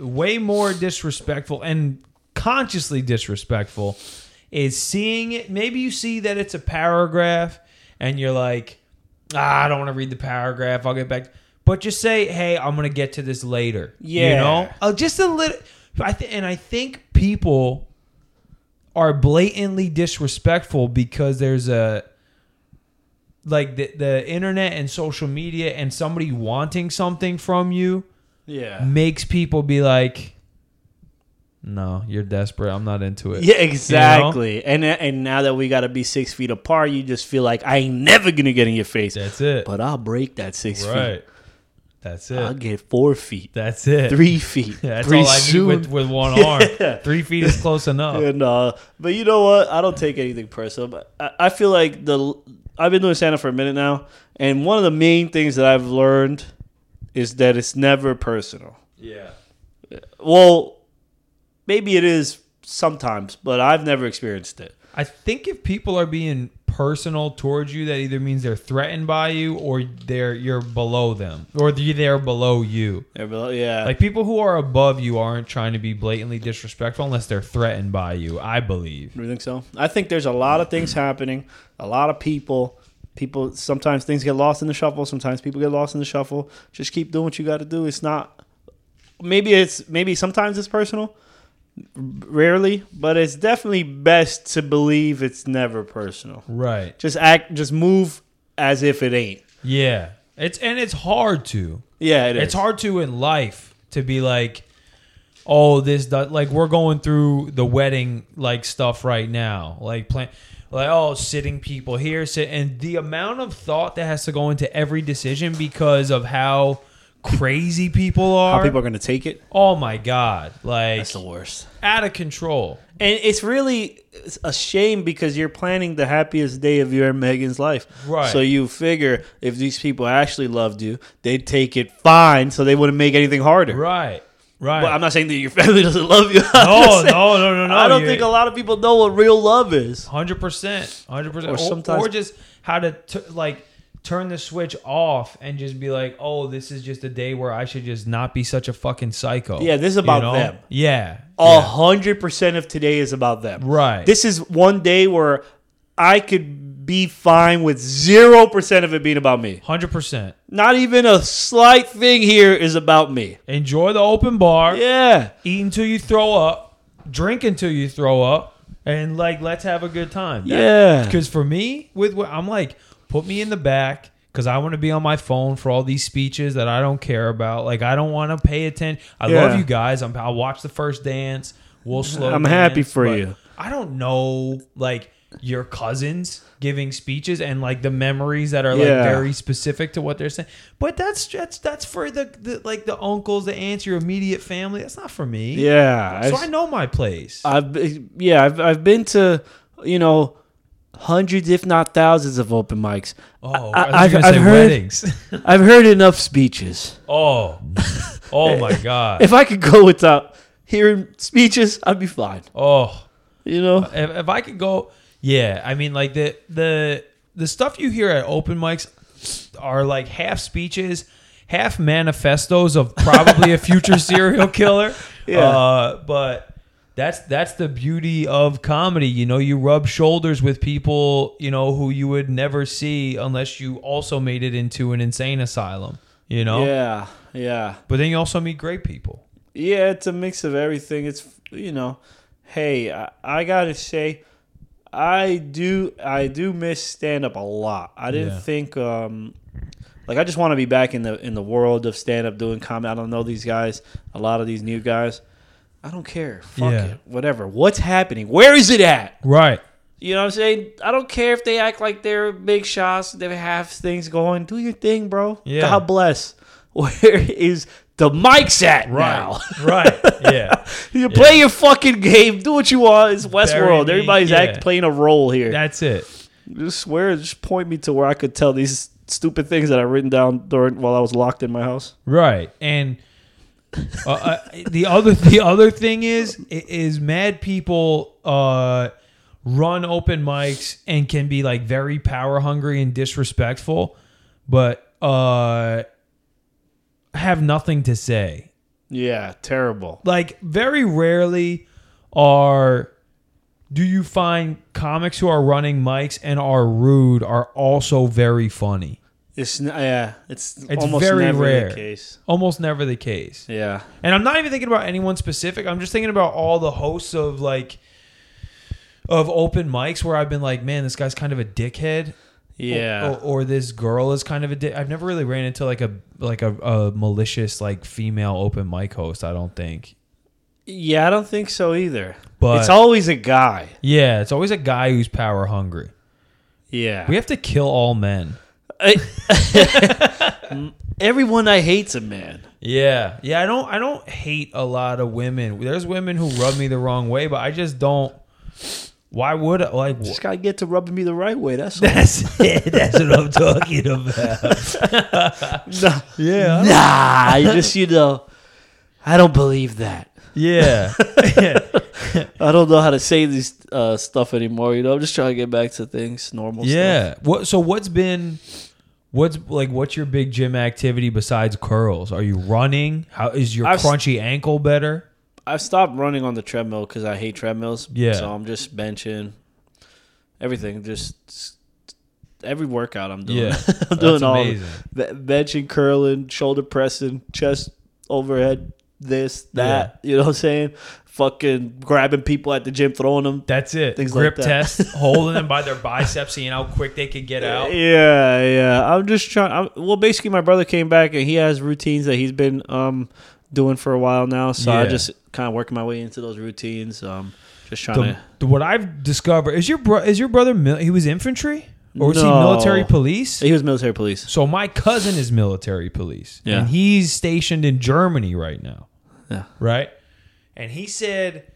[SPEAKER 2] way more disrespectful and consciously disrespectful. Is seeing it. Maybe you see that it's a paragraph, and you're like, ah, I don't want to read the paragraph. I'll get back. But just say, hey, I'm gonna get to this later.
[SPEAKER 1] Yeah.
[SPEAKER 2] You know, uh, just a little. I th- and I think people are blatantly disrespectful because there's a like the, the internet and social media and somebody wanting something from you
[SPEAKER 1] Yeah.
[SPEAKER 2] makes people be like no you're desperate i'm not into it
[SPEAKER 1] Yeah, exactly. And uh, and now that we gotta be six feet apart, you just feel like I ain't never gonna get in your face.
[SPEAKER 2] that's it
[SPEAKER 1] But I'll break that six feet.
[SPEAKER 2] right that's it
[SPEAKER 1] I'll get four feet, [laughs]
[SPEAKER 2] that's it
[SPEAKER 1] three feet,
[SPEAKER 2] Yeah, that's
[SPEAKER 1] three
[SPEAKER 2] all i need
[SPEAKER 1] soon.
[SPEAKER 2] with, with
[SPEAKER 1] [laughs]
[SPEAKER 2] one arm three feet is close enough
[SPEAKER 1] And, uh, but you know what? I don't take anything personal. But I, I feel like the I've been doing stand up for a minute now, and one of the main things that I've learned is that it's never personal.
[SPEAKER 2] yeah
[SPEAKER 1] Well, maybe it is sometimes, but I've never experienced it.
[SPEAKER 2] i think if people are being personal towards you that either means they're threatened by you or they're you're below them or they're they're below you
[SPEAKER 1] Ever- Yeah,
[SPEAKER 2] Like people who are above you aren't trying to be blatantly disrespectful unless they're threatened by you. I believe.
[SPEAKER 1] You think so? I think there's a lot of things happening, a lot of people. People sometimes things get lost in the shuffle. Sometimes people get lost in the shuffle. Just keep doing what you got to do. It's not. Maybe it's maybe sometimes it's personal, rarely, but it's definitely best to believe it's never personal.
[SPEAKER 2] Right.
[SPEAKER 1] Just act, just move as if it ain't.
[SPEAKER 2] Yeah. It's and it's hard to.
[SPEAKER 1] Yeah, it is.
[SPEAKER 2] It's hard to in life to be like, oh, this does, like we're going through the wedding like stuff right now, like plan, like oh, sitting people here, sit, and the amount of thought that has to go into every decision because of how crazy people are.
[SPEAKER 1] How people are gonna take it?
[SPEAKER 2] oh my god, like
[SPEAKER 1] That's the worst.
[SPEAKER 2] out of control.
[SPEAKER 1] And it's really a shame because you're planning the happiest day of your and Megan's life.
[SPEAKER 2] Right.
[SPEAKER 1] So you figure if these people actually loved you, they'd take it fine, so they wouldn't make anything harder.
[SPEAKER 2] Right. Right.
[SPEAKER 1] But I'm not saying that your [laughs] family doesn't love you. [laughs]
[SPEAKER 2] no, no, no, no, no.
[SPEAKER 1] I don't think a lot of people know what real love is.
[SPEAKER 2] hundred percent, hundred percent,
[SPEAKER 1] Or
[SPEAKER 2] or
[SPEAKER 1] sometimes-
[SPEAKER 2] or just how to t- like turn the switch off and just be like, oh, this is just a day where I should just not be such a fucking psycho.
[SPEAKER 1] Yeah, this is about them.
[SPEAKER 2] Yeah,
[SPEAKER 1] A
[SPEAKER 2] yeah.
[SPEAKER 1] hundred percent of today is about them.
[SPEAKER 2] Right.
[SPEAKER 1] This is one day where I could be fine with zero percent of it being about me.
[SPEAKER 2] hundred percent.
[SPEAKER 1] Not even a slight thing here is about me.
[SPEAKER 2] Enjoy the open bar.
[SPEAKER 1] Yeah.
[SPEAKER 2] Eat until you throw up. Drink until you throw up. And like, let's have a good time. That-
[SPEAKER 1] Yeah.
[SPEAKER 2] Because for me, with what I'm like, put me in the back because I want to be on my phone for all these speeches that I don't care about. Like I don't want to pay attention. I
[SPEAKER 1] Yeah.
[SPEAKER 2] love you guys. I'm, I'll watch the first dance. We'll slow.
[SPEAKER 1] I'm happy
[SPEAKER 2] dance,
[SPEAKER 1] for
[SPEAKER 2] but
[SPEAKER 1] you.
[SPEAKER 2] I don't know, like your cousins giving speeches and like the memories that are like
[SPEAKER 1] Yeah.
[SPEAKER 2] very specific to what they're saying. But that's that's that's for the, the like the uncles, the aunts, your immediate family. That's not for me.
[SPEAKER 1] Yeah,
[SPEAKER 2] So
[SPEAKER 1] I've,
[SPEAKER 2] I know my place.
[SPEAKER 1] I've been- yeah, I've I've been to you know hundreds, if not thousands, of open mics.
[SPEAKER 2] oh,
[SPEAKER 1] I-
[SPEAKER 2] I, was
[SPEAKER 1] I've-
[SPEAKER 2] gonna
[SPEAKER 1] I've
[SPEAKER 2] say
[SPEAKER 1] heard-
[SPEAKER 2] weddings. [laughs]
[SPEAKER 1] I've heard enough speeches.
[SPEAKER 2] Oh, oh
[SPEAKER 1] [laughs]
[SPEAKER 2] my God!
[SPEAKER 1] If I could go without hearing speeches, I'd be fine.
[SPEAKER 2] Oh,
[SPEAKER 1] You know,
[SPEAKER 2] if, if I could go, yeah. I mean, like the the the stuff you hear at open mics are like half speeches, half manifestos of probably a
[SPEAKER 1] [laughs]
[SPEAKER 2] future serial killer.
[SPEAKER 1] Yeah.
[SPEAKER 2] Uh, but that's that's the beauty of comedy. You know, you rub shoulders with people you know who you would never see unless you also made it into an insane asylum. You know,
[SPEAKER 1] yeah, yeah,
[SPEAKER 2] but then you also meet great people.
[SPEAKER 1] yeah. It's a mix of everything. It's you know, hey, I, I gotta say, I do I do miss stand up a lot. I didn't
[SPEAKER 2] Yeah.
[SPEAKER 1] think um like I just want to be back in the in the world of stand up doing comedy. I don't know these guys, a lot of these new guys. I don't care. Fuck
[SPEAKER 2] Yeah.
[SPEAKER 1] it. Whatever. What's happening? Where is it at?
[SPEAKER 2] Right.
[SPEAKER 1] You know what I'm saying? I don't care if they act like they're big shots, they have things going. Do your thing, bro.
[SPEAKER 2] Yeah.
[SPEAKER 1] God bless. [laughs] Where is the mics at now?
[SPEAKER 2] right.
[SPEAKER 1] [laughs]
[SPEAKER 2] Yeah.
[SPEAKER 1] You play your fucking game. Do what you want. It's
[SPEAKER 2] Bury
[SPEAKER 1] Westworld.
[SPEAKER 2] me.
[SPEAKER 1] Everybody's
[SPEAKER 2] Yeah.
[SPEAKER 1] act playing a role here.
[SPEAKER 2] That's it.
[SPEAKER 1] Just swear, just point me to where I could tell these stupid things that I've written down during while I was locked in my house.
[SPEAKER 2] Right. And uh, uh, the other the other thing is i- is mad people uh, run open mics and can be like very power hungry and disrespectful, but uh, have nothing to say.
[SPEAKER 1] Yeah, terrible.
[SPEAKER 2] Like very rarely are do you find comics who are running mics and are rude are also very funny.
[SPEAKER 1] It's n- yeah, it's,
[SPEAKER 2] It's
[SPEAKER 1] almost
[SPEAKER 2] very
[SPEAKER 1] never
[SPEAKER 2] rare. Oh,
[SPEAKER 1] the case.
[SPEAKER 2] Almost never the case.
[SPEAKER 1] Yeah,
[SPEAKER 2] And I'm not even thinking about anyone specific. I'm just thinking about all the hosts of like of open mics where I've been like, man, this guy's kind of a dickhead.
[SPEAKER 1] yeah.
[SPEAKER 2] Or, or, or this girl is kind of a dick. I've never really ran into like a like a, a malicious like female open mic host. I don't think.
[SPEAKER 1] Yeah, I don't think so either.
[SPEAKER 2] But-
[SPEAKER 1] it's always a guy.
[SPEAKER 2] Yeah, it's always a guy who's power hungry.
[SPEAKER 1] Yeah. [laughs]
[SPEAKER 2] We have to kill all men.
[SPEAKER 1] I- Everyone I hate's a man.
[SPEAKER 2] Yeah, yeah. I don't. I don't hate a lot of women. There's women who rub me the wrong way, but I just don't. Why would I, like? wh-
[SPEAKER 1] Just gotta get to rubbing me the right way.
[SPEAKER 2] [laughs]
[SPEAKER 1] That's all.
[SPEAKER 2] That's it. That's what I'm talking about.
[SPEAKER 1] nah,
[SPEAKER 2] Yeah.
[SPEAKER 1] nah, you just you know, I don't believe that.
[SPEAKER 2] [laughs] Yeah.
[SPEAKER 1] I don't know how to say these uh, stuff anymore. You know, I'm just trying to get back to things normal. stuff.
[SPEAKER 2] yeah. What so what's been what's like what's your big gym activity besides curls? Are you running? How is your
[SPEAKER 1] I've s-
[SPEAKER 2] crunchy ankle better?
[SPEAKER 1] I've stopped running on the treadmill because I hate treadmills.
[SPEAKER 2] Yeah.
[SPEAKER 1] so I'm just benching, everything. Just s- every workout I'm doing.
[SPEAKER 2] Yeah.
[SPEAKER 1] [laughs] I'm doing all. of it. Be- benching, curling, shoulder pressing, chest overhead, this, that. You know what I'm saying? Fucking grabbing people at the gym, throwing them.
[SPEAKER 2] That's it.
[SPEAKER 1] Things
[SPEAKER 2] Grip
[SPEAKER 1] like that. [laughs]
[SPEAKER 2] test, holding them by their biceps, seeing how quick they could get out.
[SPEAKER 1] Yeah, yeah. I'm just trying. I'm, well, basically, my brother came back and he has routines that he's been um doing for a while now. So I
[SPEAKER 2] Yeah.
[SPEAKER 1] just kind of working my way into those routines. Um, just trying
[SPEAKER 2] The,
[SPEAKER 1] to.
[SPEAKER 2] the- what I've discovered is your bro, is your brother mil- he was infantry or was he
[SPEAKER 1] No.
[SPEAKER 2] military police?
[SPEAKER 1] He was military police.
[SPEAKER 2] So my cousin is military police,
[SPEAKER 1] Yeah.
[SPEAKER 2] and he's stationed in Germany right now.
[SPEAKER 1] Yeah.
[SPEAKER 2] Right, and he said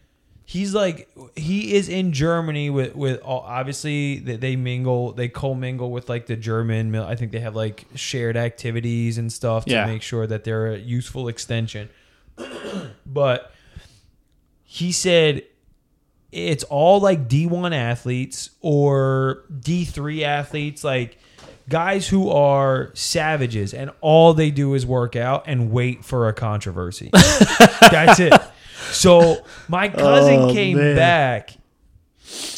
[SPEAKER 2] he's like he is in Germany with with all, obviously they, they mingle they commingle with like the German. mil- I think they have like shared activities and stuff to
[SPEAKER 1] Yeah.
[SPEAKER 2] make sure that they're a useful extension. [clears throat] but he said it's all like D1 athletes or D3 athletes, like guys who are savages and all they do is work out and wait for a
[SPEAKER 1] [laughs]
[SPEAKER 2] controversy. That's it. So my cousin
[SPEAKER 1] Oh,
[SPEAKER 2] came
[SPEAKER 1] man.
[SPEAKER 2] back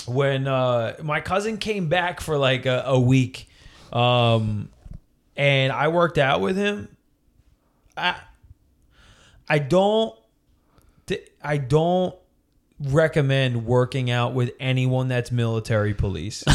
[SPEAKER 2] when uh, my cousin came back for like a, a week um, and I worked out with him. I I don't th- I don't recommend working out with anyone that's military police.
[SPEAKER 1] [laughs]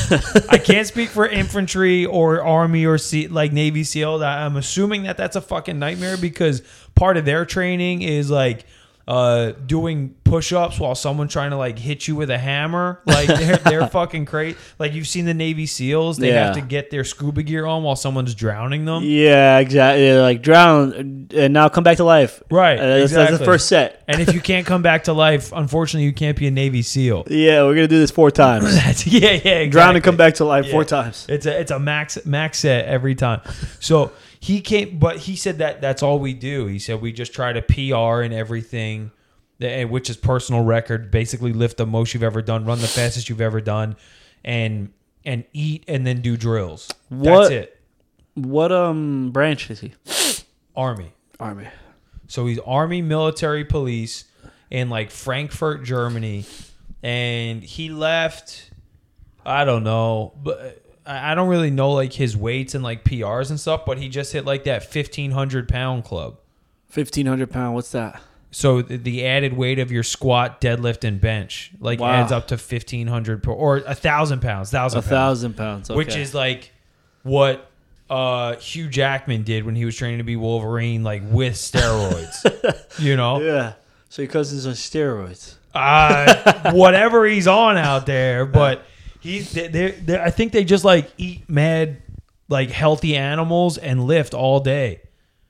[SPEAKER 2] I can't speak for infantry or army or sea, like Navy SEAL. I- I'm assuming that that's a fucking nightmare because part of their training is like uh, doing push-ups while someone trying to like hit you with a hammer.
[SPEAKER 1] [laughs]
[SPEAKER 2] Like they're, they're fucking crazy. Like you've seen the Navy SEALs, they
[SPEAKER 1] Yeah.
[SPEAKER 2] have to get their scuba gear on while someone's drowning them.
[SPEAKER 1] Yeah, exactly. Like drown and now come back to life.
[SPEAKER 2] Right,
[SPEAKER 1] Uh, that's, that's the
[SPEAKER 2] exactly.
[SPEAKER 1] first set.
[SPEAKER 2] And [laughs] if you can't come back to life, unfortunately, you can't be a Navy SEAL.
[SPEAKER 1] Yeah, we're gonna do this four [laughs]
[SPEAKER 2] [laughs]
[SPEAKER 1] times.
[SPEAKER 2] That's, yeah, yeah, exactly.
[SPEAKER 1] Drown and come back to life
[SPEAKER 2] Yeah.
[SPEAKER 1] four times.
[SPEAKER 2] It's a it's a max max set every time. So he came, but he said that that's all we do. He said we just try to PR and everything, eh, which is personal record. Basically, lift the most you've ever done, run the fastest you've ever done, and and eat and then do drills. That's
[SPEAKER 1] What-
[SPEAKER 2] it.
[SPEAKER 1] What um branch is he?
[SPEAKER 2] Army.
[SPEAKER 1] Army.
[SPEAKER 2] So he's army military police in like Frankfurt, Germany, and he left. I don't know, but I I don't really know like his weights and like PRs and stuff. But he just hit like that fifteen hundred pound club.
[SPEAKER 1] Fifteen hundred pound. What's that?
[SPEAKER 2] So th- the added weight of your squat, deadlift, and bench like
[SPEAKER 1] Wow.
[SPEAKER 2] adds up to fifteen hundred per or a thousand pounds, thousand
[SPEAKER 1] A
[SPEAKER 2] pounds,
[SPEAKER 1] thousand pounds. Okay.
[SPEAKER 2] which is like what uh Hugh Jackman did when he was training to be Wolverine, like with
[SPEAKER 1] [laughs]
[SPEAKER 2] steroids. you know,
[SPEAKER 1] yeah. So your cousin's on steroids.
[SPEAKER 2] uh, whatever he's on out there. But he's they, they, they, I think they just like eat mad like healthy animals and lift all day,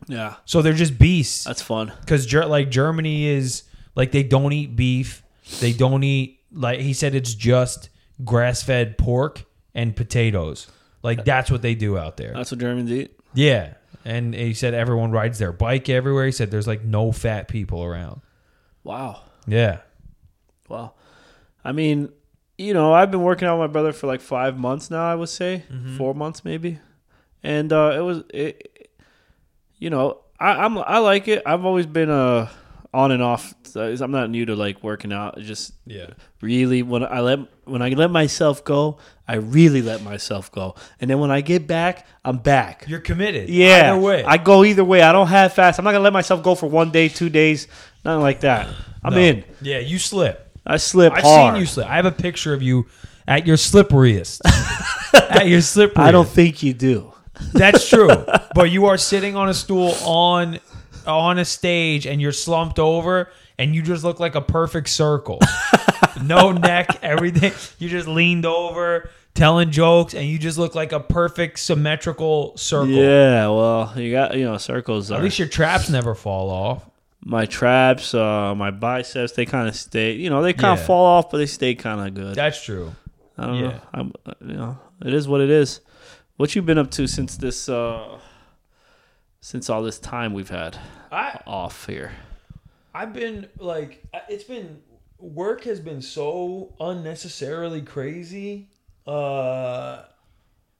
[SPEAKER 1] Yeah,
[SPEAKER 2] so they're just beasts.
[SPEAKER 1] that's fun.
[SPEAKER 2] Because like Germany is like they don't eat beef, they don't eat like he said it's just grass fed pork and potatoes. Like that's what they do out there.
[SPEAKER 1] That's what Germans eat.
[SPEAKER 2] Yeah. And he said everyone rides their bike everywhere. He said there's like no fat people around.
[SPEAKER 1] Wow.
[SPEAKER 2] Yeah.
[SPEAKER 1] Wow. I mean, you know, I've been working out with my brother for like five months now. I would say
[SPEAKER 2] Mm-hmm.
[SPEAKER 1] four months maybe, and uh, it was it. You know, I, I'm I like it. I've always been uh on and off. So I'm not new to like working out. It's just
[SPEAKER 2] Yeah.
[SPEAKER 1] really when I let when I let myself go, I really let myself go, and then when I get back, I'm back.
[SPEAKER 2] You're committed.
[SPEAKER 1] Yeah,
[SPEAKER 2] Either way.
[SPEAKER 1] I go either way. I don't have fast. I'm not gonna let myself go for one day, two days, nothing like that. I'm
[SPEAKER 2] No.
[SPEAKER 1] in.
[SPEAKER 2] Yeah, you slip.
[SPEAKER 1] I slip
[SPEAKER 2] I've
[SPEAKER 1] hard.
[SPEAKER 2] seen you slip. I have a picture of you at your
[SPEAKER 1] [laughs]
[SPEAKER 2] slipperiest. at your slipperiest.
[SPEAKER 1] I don't think you do.
[SPEAKER 2] That's true. but you are sitting on a stool on on a stage and you're slumped over and you just look like a perfect
[SPEAKER 1] [laughs]
[SPEAKER 2] circle. no neck, everything. You just leaned over telling jokes and you just look like a perfect symmetrical circle.
[SPEAKER 1] Yeah, well, you got you know circles are
[SPEAKER 2] At least your traps never fall off.
[SPEAKER 1] my traps, uh, my biceps. They kind of stay. You know, they kind of
[SPEAKER 2] Yeah.
[SPEAKER 1] fall off, but they stay kind of good.
[SPEAKER 2] That's true.
[SPEAKER 1] I don't
[SPEAKER 2] yeah.
[SPEAKER 1] know. I'm, uh, you know, it is what it is. What you been up to since this? Uh, since all this time we've had
[SPEAKER 2] I
[SPEAKER 1] off here.
[SPEAKER 2] I've been like I- it's been work has been so unnecessarily crazy. Uh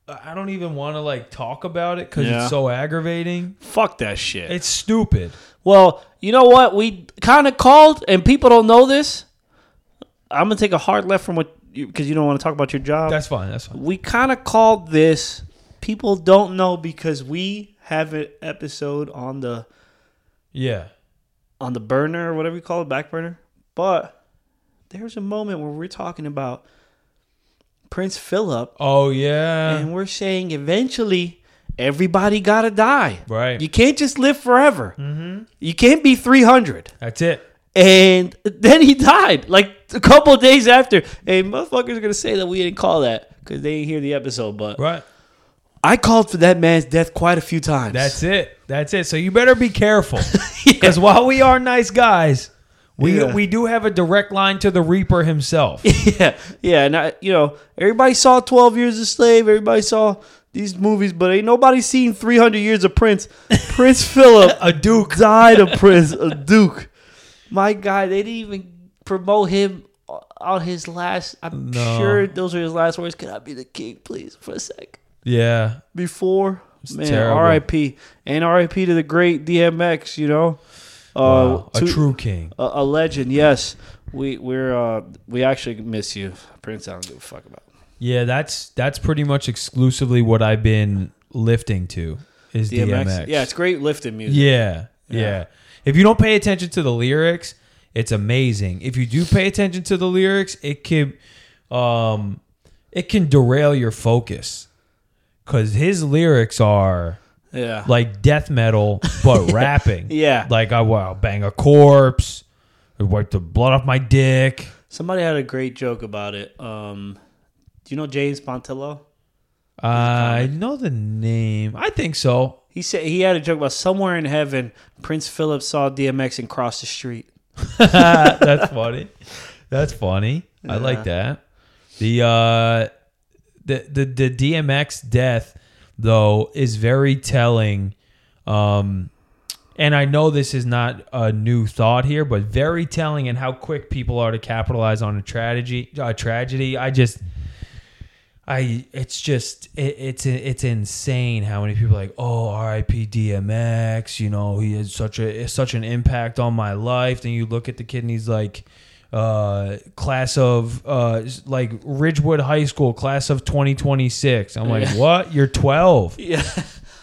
[SPEAKER 2] I don't even want to like talk about it cuz
[SPEAKER 1] Yeah.
[SPEAKER 2] it's so aggravating.
[SPEAKER 1] Fuck that shit.
[SPEAKER 2] It's stupid.
[SPEAKER 1] Well, you know what? We kind of called, and people don't know this. I'm gonna take a hard left from what you because you don't want to talk about your job.
[SPEAKER 2] That's fine. That's fine.
[SPEAKER 1] we kind of called this. People don't know because we have an episode on the
[SPEAKER 2] Yeah.
[SPEAKER 1] on the burner or whatever you call it, back burner. But there's a moment where we're talking about Prince Philip,
[SPEAKER 2] Oh yeah.
[SPEAKER 1] and we're saying eventually everybody gotta die.
[SPEAKER 2] right.
[SPEAKER 1] You can't just live forever. You can't be 300.
[SPEAKER 2] That's it.
[SPEAKER 1] And then he died, like a couple of days after. And motherfuckers are gonna say that we didn't call that because they didn't hear the episode. But
[SPEAKER 2] Right.
[SPEAKER 1] I called for that man's death quite a few times.
[SPEAKER 2] That's it. That's it. So you better be
[SPEAKER 1] [laughs]
[SPEAKER 2] careful, because while we are nice guys, we
[SPEAKER 1] Yeah.
[SPEAKER 2] we do have a direct line to the Reaper himself.
[SPEAKER 1] [laughs] yeah, yeah. And I, you know, everybody saw Twelve Years a Slave. Everybody saw these movies, but ain't nobody seen Three Hundred Years of Prince. Prince
[SPEAKER 2] [laughs]
[SPEAKER 1] Philip,
[SPEAKER 2] a Duke. [laughs]
[SPEAKER 1] died a prince, a duke. My God, they didn't even promote him on his last. I'm
[SPEAKER 2] No.
[SPEAKER 1] sure those are his last words. Could I be the king, please, for a sec?
[SPEAKER 2] Yeah.
[SPEAKER 1] Before man,
[SPEAKER 2] terrible.
[SPEAKER 1] R.I.P. and R.I.P. to the great DMX. You know, uh,
[SPEAKER 2] Wow. a
[SPEAKER 1] two-
[SPEAKER 2] true king.
[SPEAKER 1] a, a legend. Yes, we we're uh, we actually miss you, Prince. I don't give a fuck about.
[SPEAKER 2] Yeah. That's that's pretty much exclusively what I've been lifting to is DMX.
[SPEAKER 1] DMX. Yeah, it's great lifting music.
[SPEAKER 2] Yeah, yeah. If you don't pay attention to the lyrics, it's amazing. If you do pay attention to the lyrics, it can um it can derail your focus. Cause his lyrics are
[SPEAKER 1] Yeah.
[SPEAKER 2] like death metal but rapping.
[SPEAKER 1] [laughs] Yeah.
[SPEAKER 2] Like I will bang a corpse, I wipe the blood off my dick.
[SPEAKER 1] Somebody had a great joke about it. Um, do you know James Pontillo?
[SPEAKER 2] I know the name. I think so.
[SPEAKER 1] He said he had a joke about somewhere in heaven, Prince Philip saw DMX and crossed the street.
[SPEAKER 2] [laughs] That's funny. That's funny. I like that. The uh the, the the DMX death though is very telling. Um and I know this is not a new thought here, but very telling in how quick people are to capitalize on a tragedy. A tragedy. I just, I, it's just, it, it's it's insane how many people are like, oh, R.I.P. DMX. You know, he had such a such an impact on my life. Then you look at the kid and he's like, uh, class of uh, like Ridgewood High School, class of 2026. I'm like, what? You're 12.
[SPEAKER 1] Yeah.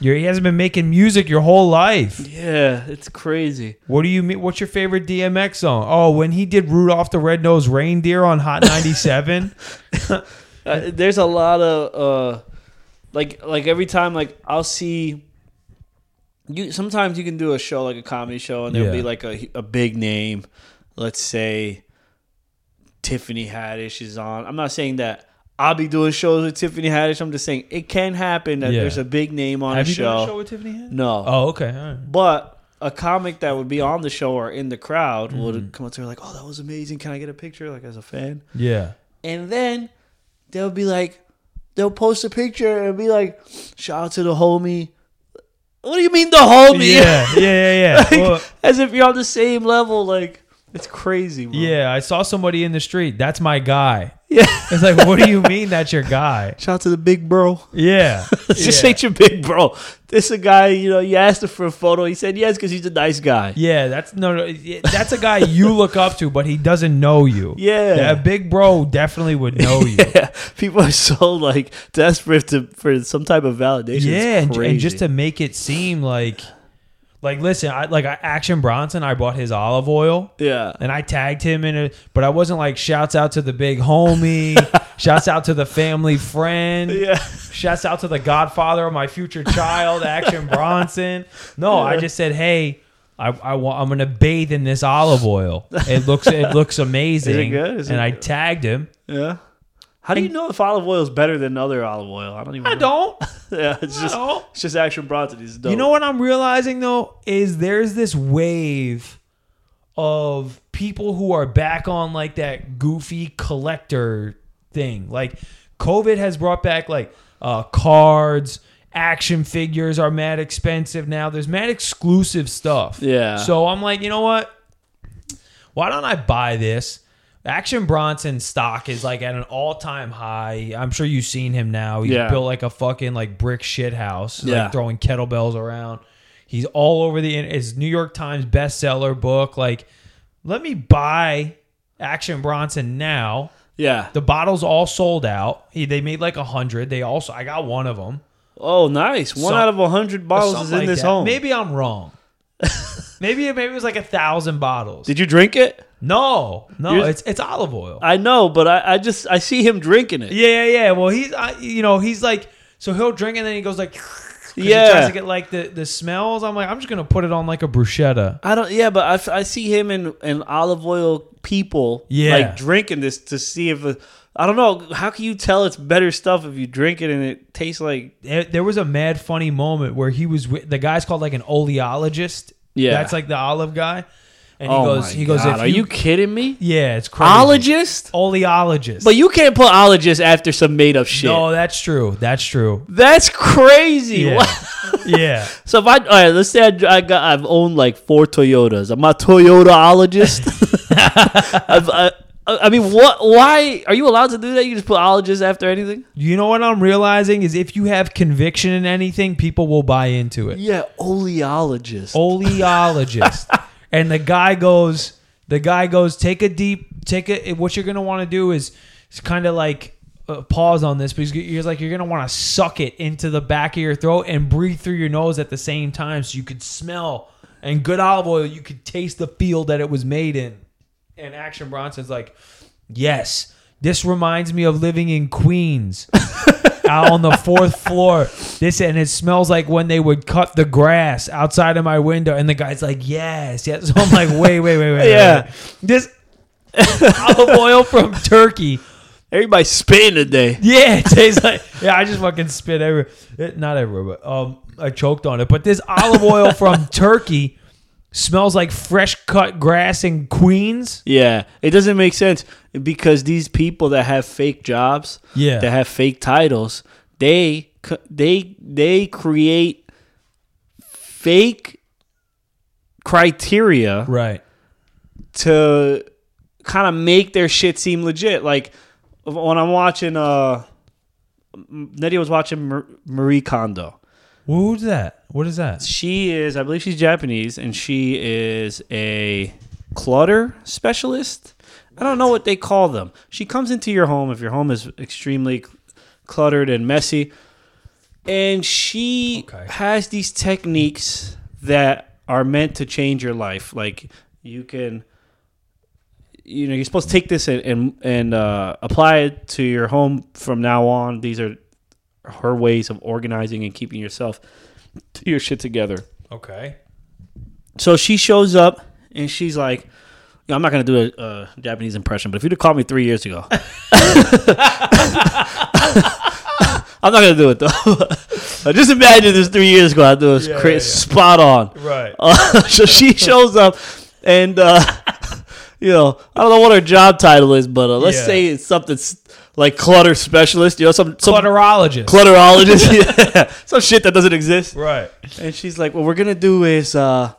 [SPEAKER 2] You're, he hasn't been making music your whole life.
[SPEAKER 1] Yeah, it's crazy.
[SPEAKER 2] What do you mean? What's your favorite DMX song? Oh, when he did Rudolph the Red-Nosed Reindeer on
[SPEAKER 1] [laughs]
[SPEAKER 2] Hot 97.
[SPEAKER 1] Uh, there's a lot of uh, like like every time like I'll see you. Sometimes you can do a show like a comedy show, and there'll
[SPEAKER 2] Yeah.
[SPEAKER 1] be like a a big name. Let's say Tiffany Haddish is on. I'm not saying that I'll be doing shows with Tiffany Haddish. I'm just saying it can happen that
[SPEAKER 2] Yeah.
[SPEAKER 1] there's a big name on
[SPEAKER 2] Have
[SPEAKER 1] a
[SPEAKER 2] you
[SPEAKER 1] show.
[SPEAKER 2] done a show with Tiffany Haddish?
[SPEAKER 1] No,
[SPEAKER 2] Oh, okay. All right.
[SPEAKER 1] but. A comic that would be on the show or in the crowd
[SPEAKER 2] Mm-hmm.
[SPEAKER 1] would come up to her like, "Oh, that was [laughs] amazing! Can I get a picture?" Like as a fan,
[SPEAKER 2] Yeah.
[SPEAKER 1] and then they'll be like, they'll post a picture and be like, "Shout out to the homie." What do you mean the homie?
[SPEAKER 2] Yeah, yeah, yeah, yeah.
[SPEAKER 1] Like,
[SPEAKER 2] Well,
[SPEAKER 1] [laughs] as if you're on the same level. Like it's crazy. Bro.
[SPEAKER 2] yeah, I saw somebody in the street. That's my guy.
[SPEAKER 1] yeah.
[SPEAKER 2] It's like, what do you mean that's your guy?
[SPEAKER 1] Shout out to the big
[SPEAKER 2] [laughs]
[SPEAKER 1] bro. [laughs]
[SPEAKER 2] Yeah.
[SPEAKER 1] This
[SPEAKER 2] yeah.
[SPEAKER 1] ain't your big bro. This a guy. You know, you asked him for a photo. He said yes because he's a nice guy.
[SPEAKER 2] Yeah, that's no, no. yeah, That's a guy you look up to, but he doesn't know you.
[SPEAKER 1] Yeah.
[SPEAKER 2] a big bro definitely would know you.
[SPEAKER 1] [laughs] Yeah, people are so like desperate to for some type of validation. It's
[SPEAKER 2] yeah, and, and just
[SPEAKER 1] crazy.
[SPEAKER 2] to make it seem like, like listen, I like I, Action Bronson. I bought his olive oil.
[SPEAKER 1] yeah,
[SPEAKER 2] And I tagged him in it, but I wasn't like shouts out to the big
[SPEAKER 1] [laughs]
[SPEAKER 2] homie, shouts out to the family friend,
[SPEAKER 1] yeah.
[SPEAKER 2] Shouts out to the godfather of my future child,
[SPEAKER 1] [laughs]
[SPEAKER 2] Action Bronson. No, I just said, hey, I, I want, I'm going to bathe in this olive oil. It looks it
[SPEAKER 1] [laughs]
[SPEAKER 2] looks amazing.
[SPEAKER 1] good? Is
[SPEAKER 2] and
[SPEAKER 1] it
[SPEAKER 2] I
[SPEAKER 1] good?
[SPEAKER 2] tagged him.
[SPEAKER 1] Yeah. How do you know if olive oil is better than other olive oil? I don't even.
[SPEAKER 2] I don't.
[SPEAKER 1] Know. Yeah, [laughs] it's just
[SPEAKER 2] don't.
[SPEAKER 1] it's just Action Bronson. He's dope.
[SPEAKER 2] You know what I'm realizing though is there's this wave of people who are back on like that goofy collector thing. Like COVID has brought back like uh, cards, action figures are mad expensive now. There's mad exclusive stuff.
[SPEAKER 1] Yeah.
[SPEAKER 2] So I'm like, you know what? Why don't I buy this? Action Bronson stock is like at an all-time high. I'm sure you've seen him now. He's
[SPEAKER 1] Yeah.
[SPEAKER 2] built like a fucking like brick shit house,
[SPEAKER 1] Yeah.
[SPEAKER 2] like throwing kettlebells around. He's all over the. It's New York Times bestseller book. Like, let me buy Action Bronson now.
[SPEAKER 1] Yeah.
[SPEAKER 2] The bottles all sold out. He, they made like a hundred. They also I got one of them.
[SPEAKER 1] Oh, nice. One
[SPEAKER 2] Some-
[SPEAKER 1] out of a hundred bottles is in this home.
[SPEAKER 2] Maybe I'm
[SPEAKER 1] [laughs]
[SPEAKER 2] wrong. maybe maybe it was like a thousand bottles.
[SPEAKER 1] Did you drink it?
[SPEAKER 2] no, no,
[SPEAKER 1] You're-
[SPEAKER 2] it's it's olive oil.
[SPEAKER 1] I know, but I, I just I see him drinking it.
[SPEAKER 2] Yeah, yeah, yeah. Well, he's I, you know he's like so he'll drink and then he goes like 'cause
[SPEAKER 1] Yeah.
[SPEAKER 2] he tries to get like the the smells. I'm like I'm just gonna put it on like a bruschetta.
[SPEAKER 1] I don't. Yeah, but I f- I, see him in, in olive oil people.
[SPEAKER 2] Yeah.
[SPEAKER 1] like drinking this to see if uh, I don't know. How can you tell it's better stuff if you drink it and it tastes like
[SPEAKER 2] There, there was a mad funny moment where he was with, the guy's called like an oleologist.
[SPEAKER 1] Yeah.
[SPEAKER 2] that's like the olive guy. And he
[SPEAKER 1] oh
[SPEAKER 2] goes,
[SPEAKER 1] my
[SPEAKER 2] he goes,
[SPEAKER 1] God,
[SPEAKER 2] if
[SPEAKER 1] are you kidding me?
[SPEAKER 2] Yeah, it's crazy.
[SPEAKER 1] Ologist,
[SPEAKER 2] oleologist.
[SPEAKER 1] but you can't put ologist after some made up shit.
[SPEAKER 2] no, that's true. That's true.
[SPEAKER 1] That's crazy.
[SPEAKER 2] Yeah.
[SPEAKER 1] What?
[SPEAKER 2] yeah.
[SPEAKER 1] So if I all right, let's say I, I got I've owned like four Toyotas. I'm
[SPEAKER 2] [laughs]
[SPEAKER 1] a Toyotaologist. I've, I, I mean, what? Why are you allowed to do that? You just put ologist after anything?
[SPEAKER 2] You know what I'm realizing is if you have conviction in anything, people will buy into it.
[SPEAKER 1] Yeah, oleologist.
[SPEAKER 2] oleologist. and the guy goes, the guy goes, take a deep, take a. What you're gonna want to do is, kind of like uh, pause on this, because you're like you're gonna want to suck it into the back of your throat and breathe through your nose at the same time, so you could smell. And good olive oil, you could taste the field that it was made in. And Action Bronson's like, yes. This reminds me of living in Queens out on the fourth floor. This and it smells like when they would cut the grass outside of my window. And the guy's like, yes, yes. [laughs] So I'm like, wait, wait, wait, wait, wait.
[SPEAKER 1] Yeah.
[SPEAKER 2] wait. This [laughs] olive oil from Turkey.
[SPEAKER 1] Everybody's spitting today.
[SPEAKER 2] Yeah, it tastes like yeah. I just fucking spit everywhere. It- not everywhere, but um, I choked on it. But this olive oil [laughs] from Turkey smells like fresh cut grass in Queens.
[SPEAKER 1] Yeah, it doesn't make sense because these people that have fake jobs,
[SPEAKER 2] Yeah.
[SPEAKER 1] that have fake titles, they c- they they create fake criteria
[SPEAKER 2] Right.
[SPEAKER 1] to kind of make their shit seem legit. Like when I'm watching, uh, Nettie was watching Mar- Marie Kondo.
[SPEAKER 2] Who's that? What is that?
[SPEAKER 1] She is, I believe, she's Japanese, and she is a clutter specialist. I don't know what they call them. She comes into your home if your home is extremely cluttered and messy, and she
[SPEAKER 2] Okay.
[SPEAKER 1] has these techniques that are meant to change your life. Like you can you know you're supposed to take this and and, and uh, apply it to your home from now on. These are her ways of organizing and keeping yourself your shit together.
[SPEAKER 2] Okay.
[SPEAKER 1] So she shows up and she's like, "Yeah, I'm not gonna do a, a Japanese impression, but if you'd have called me three years ago, [laughs] I'm not gonna do it though. [laughs] Just imagine this three years ago. I do it
[SPEAKER 2] Yeah,
[SPEAKER 1] cra-
[SPEAKER 2] yeah, yeah.
[SPEAKER 1] spot on. [laughs]
[SPEAKER 2] Right.
[SPEAKER 1] Uh, [laughs] so she shows up, and uh, you know, I don't know what her job title is, but uh, let's
[SPEAKER 2] Yeah.
[SPEAKER 1] say it's something s- like clutter specialist. You know, some some
[SPEAKER 2] Clutterologist.
[SPEAKER 1] clutterologist, [laughs] yeah. some shit that doesn't exist.
[SPEAKER 2] right.
[SPEAKER 1] And she's like, "What we're gonna do is uh,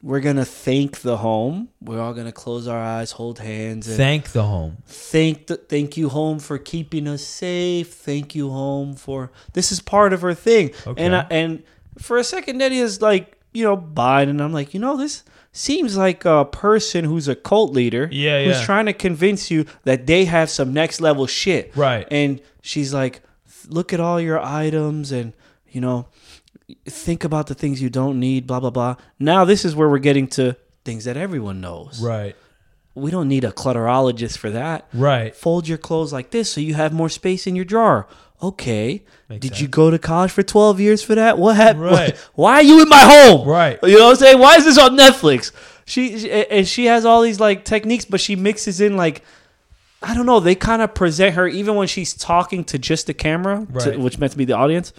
[SPEAKER 1] we're gonna thank the home. We're all gonna close our eyes, hold hands, and
[SPEAKER 2] Thank the home.
[SPEAKER 1] thank the, thank you home for keeping us safe. Thank you home for this is part of her thing.
[SPEAKER 2] Okay.
[SPEAKER 1] And I, and for a second, Nettie is like, you know, Biden. And I'm like, you know, this seems like a person who's a cult leader.
[SPEAKER 2] Yeah,
[SPEAKER 1] who's
[SPEAKER 2] yeah.
[SPEAKER 1] trying to convince you that they have some next level shit.
[SPEAKER 2] Right.
[SPEAKER 1] And she's like, look at all your items and you know think about the things you don't need blah blah blah now this is where we're getting to things that everyone knows
[SPEAKER 2] Right.
[SPEAKER 1] we don't need a clutterologist for that
[SPEAKER 2] Right.
[SPEAKER 1] fold your clothes like this so you have more space in your drawer. Okay.
[SPEAKER 2] Makes
[SPEAKER 1] Did
[SPEAKER 2] sense.
[SPEAKER 1] you go to college for 12 years for that? What happened?
[SPEAKER 2] Right.
[SPEAKER 1] [laughs] Why are you in my home?
[SPEAKER 2] Right.
[SPEAKER 1] You know what I'm saying? Why is this on Netflix? She, she and she has all these like techniques, but she mixes in like I don't know. They kind of present her even when she's talking to just the camera, to-
[SPEAKER 2] Right.
[SPEAKER 1] which meant to be the audience.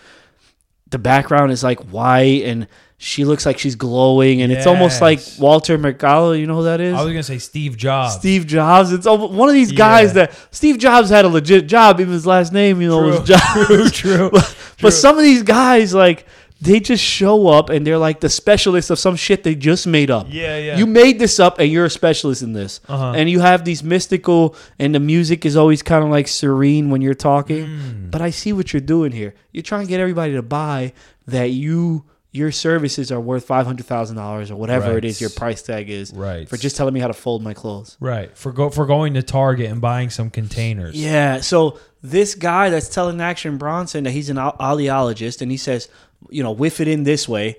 [SPEAKER 1] The background is like white, and she looks like she's glowing, and it's almost like
[SPEAKER 2] Yes.
[SPEAKER 1] Walter Mercado. You know who that is?
[SPEAKER 2] I was gonna say Steve Jobs.
[SPEAKER 1] Steve Jobs. It's al- one of these guys
[SPEAKER 2] Yeah.
[SPEAKER 1] that Steve Jobs had a legit job. Even his last name, you
[SPEAKER 2] [laughs]
[SPEAKER 1] know,
[SPEAKER 2] True,
[SPEAKER 1] was Jobs.
[SPEAKER 2] True. True.
[SPEAKER 1] [laughs] but, but some of these guys, like, they just show up and they're like the specialists of some shit they just made up.
[SPEAKER 2] Yeah, yeah.
[SPEAKER 1] You made this up and you're a specialist in this.
[SPEAKER 2] Uh-huh.
[SPEAKER 1] And you have these mystical, and the music is always kind of like serene when you're talking.
[SPEAKER 2] Mm.
[SPEAKER 1] But I see what you're doing here. You're trying to get everybody to buy that you. Your services are worth five hundred thousand dollars, or whatever it
[SPEAKER 2] Right.
[SPEAKER 1] is your price tag is,
[SPEAKER 2] Right.
[SPEAKER 1] for just telling me how to fold my clothes.
[SPEAKER 2] right for go for going to Target and buying some containers.
[SPEAKER 1] Yeah. So this guy that's telling Action Bronson that he's an o- oleologist and he says, you know, whiff it in this way,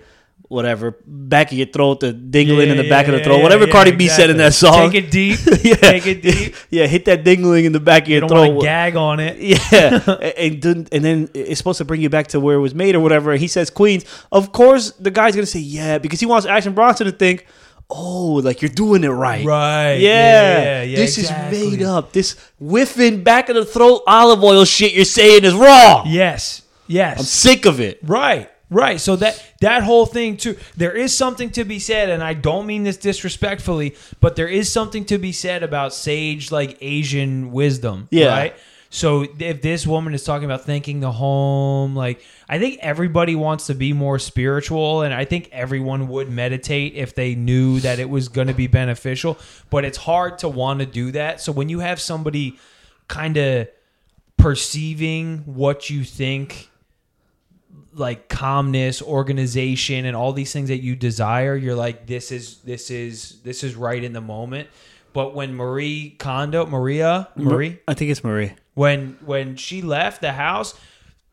[SPEAKER 1] whatever, back of your throat, the dingling in the back of the
[SPEAKER 2] yeah,
[SPEAKER 1] throat,
[SPEAKER 2] yeah,
[SPEAKER 1] whatever
[SPEAKER 2] yeah,
[SPEAKER 1] Cardi B said
[SPEAKER 2] exactly.
[SPEAKER 1] in that song.
[SPEAKER 2] Take it deep.
[SPEAKER 1] [laughs] yeah.
[SPEAKER 2] Take it
[SPEAKER 1] [laughs]
[SPEAKER 2] deep.
[SPEAKER 1] yeah. Hit that dingling in the back of your
[SPEAKER 2] You don't
[SPEAKER 1] throat.
[SPEAKER 2] want to gag on it.
[SPEAKER 1] [laughs] yeah, and- and then, and then it's supposed to bring you back to where it was made or whatever. And he says Queens. Of course, the guy's gonna say yeah because he wants Action Bronson to think, oh, like you're doing it right,
[SPEAKER 2] Right.
[SPEAKER 1] yeah.
[SPEAKER 2] yeah, yeah,
[SPEAKER 1] this
[SPEAKER 2] exactly.
[SPEAKER 1] is made up. This whiffing back of the throat olive oil shit you're saying is wrong.
[SPEAKER 2] Yes. Yes.
[SPEAKER 1] I'm sick of it.
[SPEAKER 2] Right. Right. So that that whole thing too there is something to be said and I don't mean this disrespectfully, but there is something to be said about sage like Asian wisdom,
[SPEAKER 1] Yeah.
[SPEAKER 2] right? So if this woman is talking about thanking the home, like I think everybody wants to be more spiritual and I think everyone would meditate if they knew that it was going to be beneficial, but it's hard to want to do that. So when you have somebody kind of perceiving what you think like calmness organization and all these things that you desire you're like this is this is this is right in the moment but when marie kondo maria marie
[SPEAKER 1] I think it's Marie.
[SPEAKER 2] when when she left the house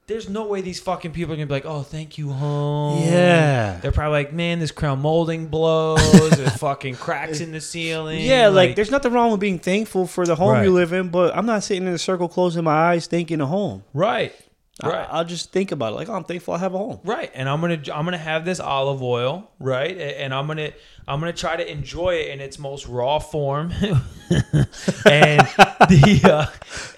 [SPEAKER 2] there's no way these fucking people are gonna be like oh thank you home
[SPEAKER 1] Yeah.
[SPEAKER 2] they're probably like man this crown molding blows there's [laughs] fucking cracks in the ceiling
[SPEAKER 1] Yeah, like, there's nothing wrong with being thankful for the home
[SPEAKER 2] Right.
[SPEAKER 1] you live in, but I'm not sitting in a circle closing my eyes thinking of home.
[SPEAKER 2] right right
[SPEAKER 1] Right. I, will just think about it. Like, oh, I'm thankful I have a home.
[SPEAKER 2] right and i'm gonna i'm gonna have this olive oil right A- and i'm gonna i'm gonna try to enjoy it in its most raw form [laughs] and the uh,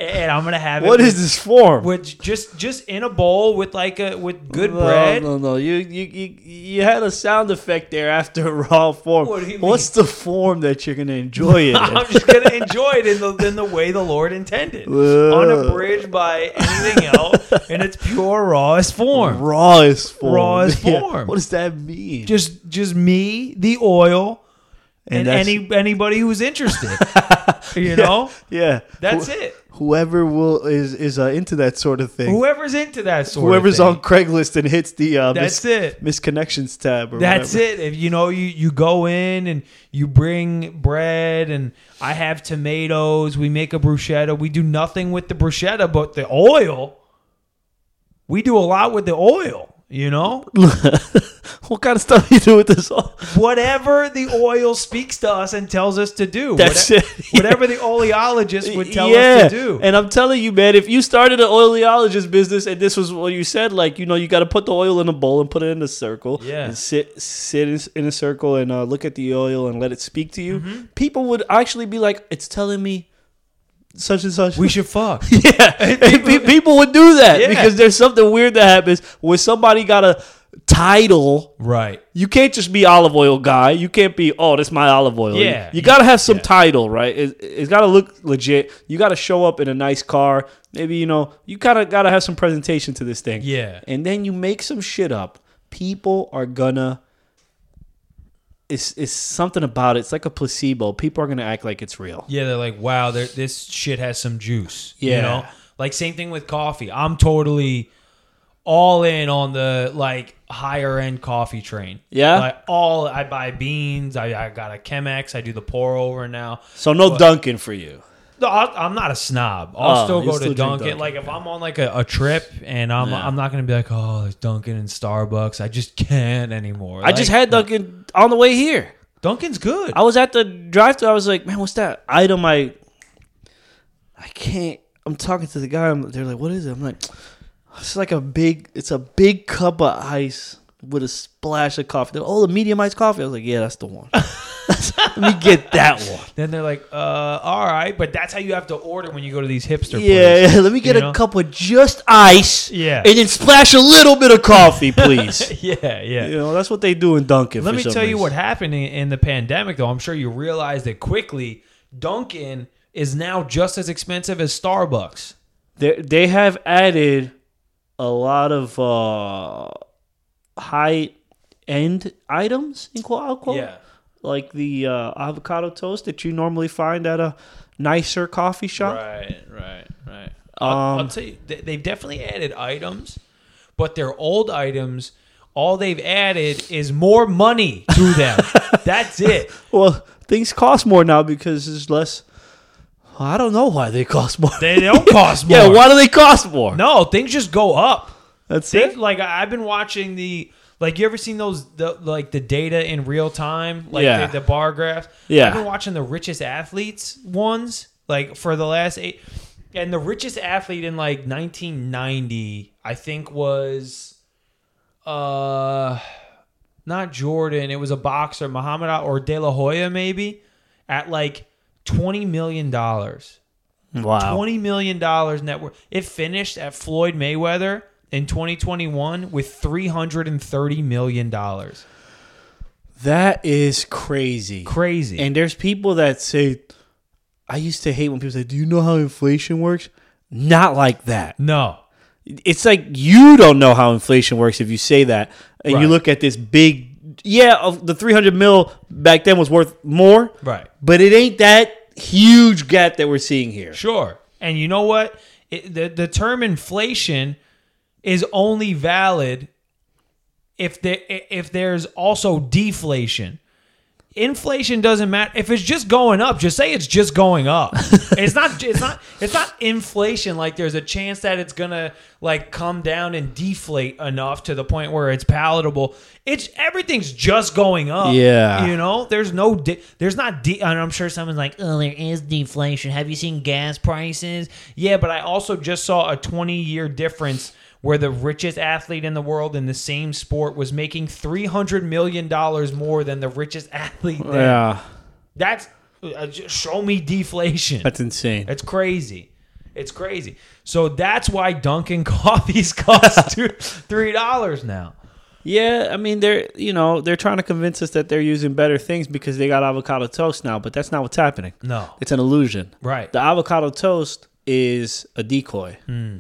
[SPEAKER 2] and i'm gonna have
[SPEAKER 1] What
[SPEAKER 2] it
[SPEAKER 1] is
[SPEAKER 2] with,
[SPEAKER 1] this form?
[SPEAKER 2] with just just in a bowl with like a with good
[SPEAKER 1] No,
[SPEAKER 2] bread
[SPEAKER 1] No, no, you, you you you had a sound effect there after raw form.
[SPEAKER 2] What do you
[SPEAKER 1] What's the form that you're gonna enjoy it?
[SPEAKER 2] [laughs] [laughs]
[SPEAKER 1] in?
[SPEAKER 2] I'm just gonna enjoy it in the in the way the Lord intended, unabridged by anything else, in its pure rawest form.
[SPEAKER 1] Rawest form.
[SPEAKER 2] Rawest
[SPEAKER 1] [laughs] Yeah.
[SPEAKER 2] form.
[SPEAKER 1] What does that mean?
[SPEAKER 2] just just me, the oil,
[SPEAKER 1] And
[SPEAKER 2] and,
[SPEAKER 1] that's-
[SPEAKER 2] any anybody who's
[SPEAKER 1] [laughs]
[SPEAKER 2] interested. you know,
[SPEAKER 1] yeah,
[SPEAKER 2] that's
[SPEAKER 1] Wh-
[SPEAKER 2] it.
[SPEAKER 1] Whoever will is is uh, into that sort of thing.
[SPEAKER 2] Whoever's into that sort,
[SPEAKER 1] Whoever's
[SPEAKER 2] of
[SPEAKER 1] on Craigslist and hits the uh,
[SPEAKER 2] That's it.
[SPEAKER 1] misconnections tab. Or
[SPEAKER 2] That's
[SPEAKER 1] whatever.
[SPEAKER 2] it. If you know you you go in and you bring bread and I have tomatoes, we make a bruschetta. We do nothing with the bruschetta, but the oil. We do a lot with the oil. You know,
[SPEAKER 1] [laughs] what kind of stuff you do with this? all-
[SPEAKER 2] whatever the oil speaks to us and tells us to do.
[SPEAKER 1] That's
[SPEAKER 2] Whate-
[SPEAKER 1] it. [laughs]
[SPEAKER 2] Whatever the oleologist would tell us to do.
[SPEAKER 1] And I'm telling you, man, if you started an oleologist business and this was what you said, like you know, you got to put the oil in a bowl and put it in a circle,
[SPEAKER 2] Yeah.
[SPEAKER 1] and sit sit in, in a circle and uh, look at the oil and let it speak to you.
[SPEAKER 2] Mm-hmm.
[SPEAKER 1] People would actually be like, "It's telling me such and such."
[SPEAKER 2] we should fuck. [laughs]
[SPEAKER 1] [laughs] yeah, And [laughs] pe- people would do that
[SPEAKER 2] Yeah.
[SPEAKER 1] because there's something weird that happens when somebody got a title.
[SPEAKER 2] Right.
[SPEAKER 1] You can't just be olive oil guy. You can't be oh, this my olive oil.
[SPEAKER 2] Yeah.
[SPEAKER 1] you, got to have some title, right? It, it's got to look legit. You got to show up in a nice car. Maybe you know you kind of got to have some presentation to this thing.
[SPEAKER 2] Yeah.
[SPEAKER 1] and then you make some shit up. People are gonna. It's it's something about it. It's like a placebo. People are gonna act like it's real.
[SPEAKER 2] Yeah, they're like, wow, there- this shit has some juice. You
[SPEAKER 1] Yeah.
[SPEAKER 2] know? Like, same thing with coffee. I'm totally all in on the like higher end coffee train.
[SPEAKER 1] Yeah?
[SPEAKER 2] Like, all I buy beans. I, I got a Chemex. I do the pour over now.
[SPEAKER 1] So no Dunkin' for you.
[SPEAKER 2] No, I, I'm not a snob. I'll
[SPEAKER 1] Oh,
[SPEAKER 2] still
[SPEAKER 1] you'll
[SPEAKER 2] go
[SPEAKER 1] still
[SPEAKER 2] to
[SPEAKER 1] drink
[SPEAKER 2] Dunkin'.
[SPEAKER 1] Dunkin',
[SPEAKER 2] Like if I'm on like a, a trip and I'm
[SPEAKER 1] Yeah.
[SPEAKER 2] I'm not gonna be like, oh, there's Dunkin' and Starbucks. I just can't anymore.
[SPEAKER 1] I just had Dunkin' on the way here.
[SPEAKER 2] Dunkin's good.
[SPEAKER 1] I was at the drive thru I was like, man, what's that item? I I can't. I'm talking to the guy. I'm, they're like, what is it? I'm like, it's like a big. It's a big cup of ice with a splash of coffee. They're, oh, the medium iced coffee. I was like, yeah, that's the
[SPEAKER 2] [laughs]
[SPEAKER 1] one. Let me get that one.
[SPEAKER 2] then they're like, uh, all right, but that's how you have to order when you go to these hipster.
[SPEAKER 1] Yeah,
[SPEAKER 2] places.
[SPEAKER 1] let me get
[SPEAKER 2] you
[SPEAKER 1] a
[SPEAKER 2] know?
[SPEAKER 1] cup of just ice.
[SPEAKER 2] Yeah.
[SPEAKER 1] and then splash a little bit of coffee,
[SPEAKER 2] [laughs]
[SPEAKER 1] please.
[SPEAKER 2] yeah, yeah.
[SPEAKER 1] you know, that's what they do in Dunkin'.
[SPEAKER 2] Let
[SPEAKER 1] for
[SPEAKER 2] me
[SPEAKER 1] some
[SPEAKER 2] tell you
[SPEAKER 1] reason.
[SPEAKER 2] what happened in, in the pandemic, though. I'm sure you realized it quickly. Dunkin' is now just as expensive as Starbucks.
[SPEAKER 1] they they have added a lot of uh, high end items in quote unquote.
[SPEAKER 2] Yeah.
[SPEAKER 1] Like the uh, avocado toast that you normally find at a nicer coffee shop.
[SPEAKER 2] Right, right, right. I'll, I'll
[SPEAKER 1] Um,
[SPEAKER 2] tell you, they, they've definitely added items, but their old items, all they've added is more money to
[SPEAKER 1] [laughs]
[SPEAKER 2] them. That's it.
[SPEAKER 1] Well, things cost more now because there's less. I don't know why they cost more.
[SPEAKER 2] They don't cost more.
[SPEAKER 1] [laughs] yeah, why do they cost more?
[SPEAKER 2] No, things just go up.
[SPEAKER 1] That's
[SPEAKER 2] Things,
[SPEAKER 1] it.
[SPEAKER 2] like I- I've been watching the like you ever seen those the, like the data in real time like
[SPEAKER 1] Yeah.
[SPEAKER 2] the, the bar graphs.
[SPEAKER 1] Yeah.
[SPEAKER 2] I've been watching the richest athletes ones like for the last eight, and the richest athlete in like 1990 I think was uh not Jordan it was a boxer Muhammad Al- or De La Hoya maybe at like 20 million dollars.
[SPEAKER 1] Wow.
[SPEAKER 2] Twenty million dollars net worth. It finished at Floyd Mayweather in 2021 with 330 million dollars.
[SPEAKER 1] That is crazy.
[SPEAKER 2] Crazy.
[SPEAKER 1] And there's people that say, I used to hate when people say, Do you know how inflation works? Not like that.
[SPEAKER 2] no.
[SPEAKER 1] It's like you don't know how inflation works if you say that. And
[SPEAKER 2] Right.
[SPEAKER 1] you look at this big, yeah, of the 300 mil back then was worth more,
[SPEAKER 2] Right.
[SPEAKER 1] but it ain't that huge gap that we're seeing here.
[SPEAKER 2] Sure. And you know what? It, the the term inflation is only valid if there if there's also deflation. Inflation doesn't matter if it's just going up. Just say it's just going up. it's not. It's not. It's not inflation. Like there's a chance that it's gonna like come down and deflate enough to the point where it's palatable. It's everything's just going up.
[SPEAKER 1] Yeah.
[SPEAKER 2] You know, there's no. De- there's not. De- and I'm sure someone's like,
[SPEAKER 3] oh, there is deflation. Have you seen gas prices?
[SPEAKER 2] Yeah, but I also just saw a 20 year difference where the richest athlete in the world in the same sport was making $300 million more than the richest athlete there.
[SPEAKER 1] Oh, Yeah,
[SPEAKER 2] That's uh, just show me deflation.
[SPEAKER 1] that's insane.
[SPEAKER 2] It's crazy. It's crazy. So that's why Dunkin' [laughs] coffees cost two, $3 now.
[SPEAKER 1] Yeah, I mean they're you know they're trying to convince us that they're using better things because they got avocado toast now, but that's not what's happening.
[SPEAKER 2] No.
[SPEAKER 1] It's an illusion.
[SPEAKER 2] Right.
[SPEAKER 1] The avocado toast is a decoy.
[SPEAKER 2] Hmm.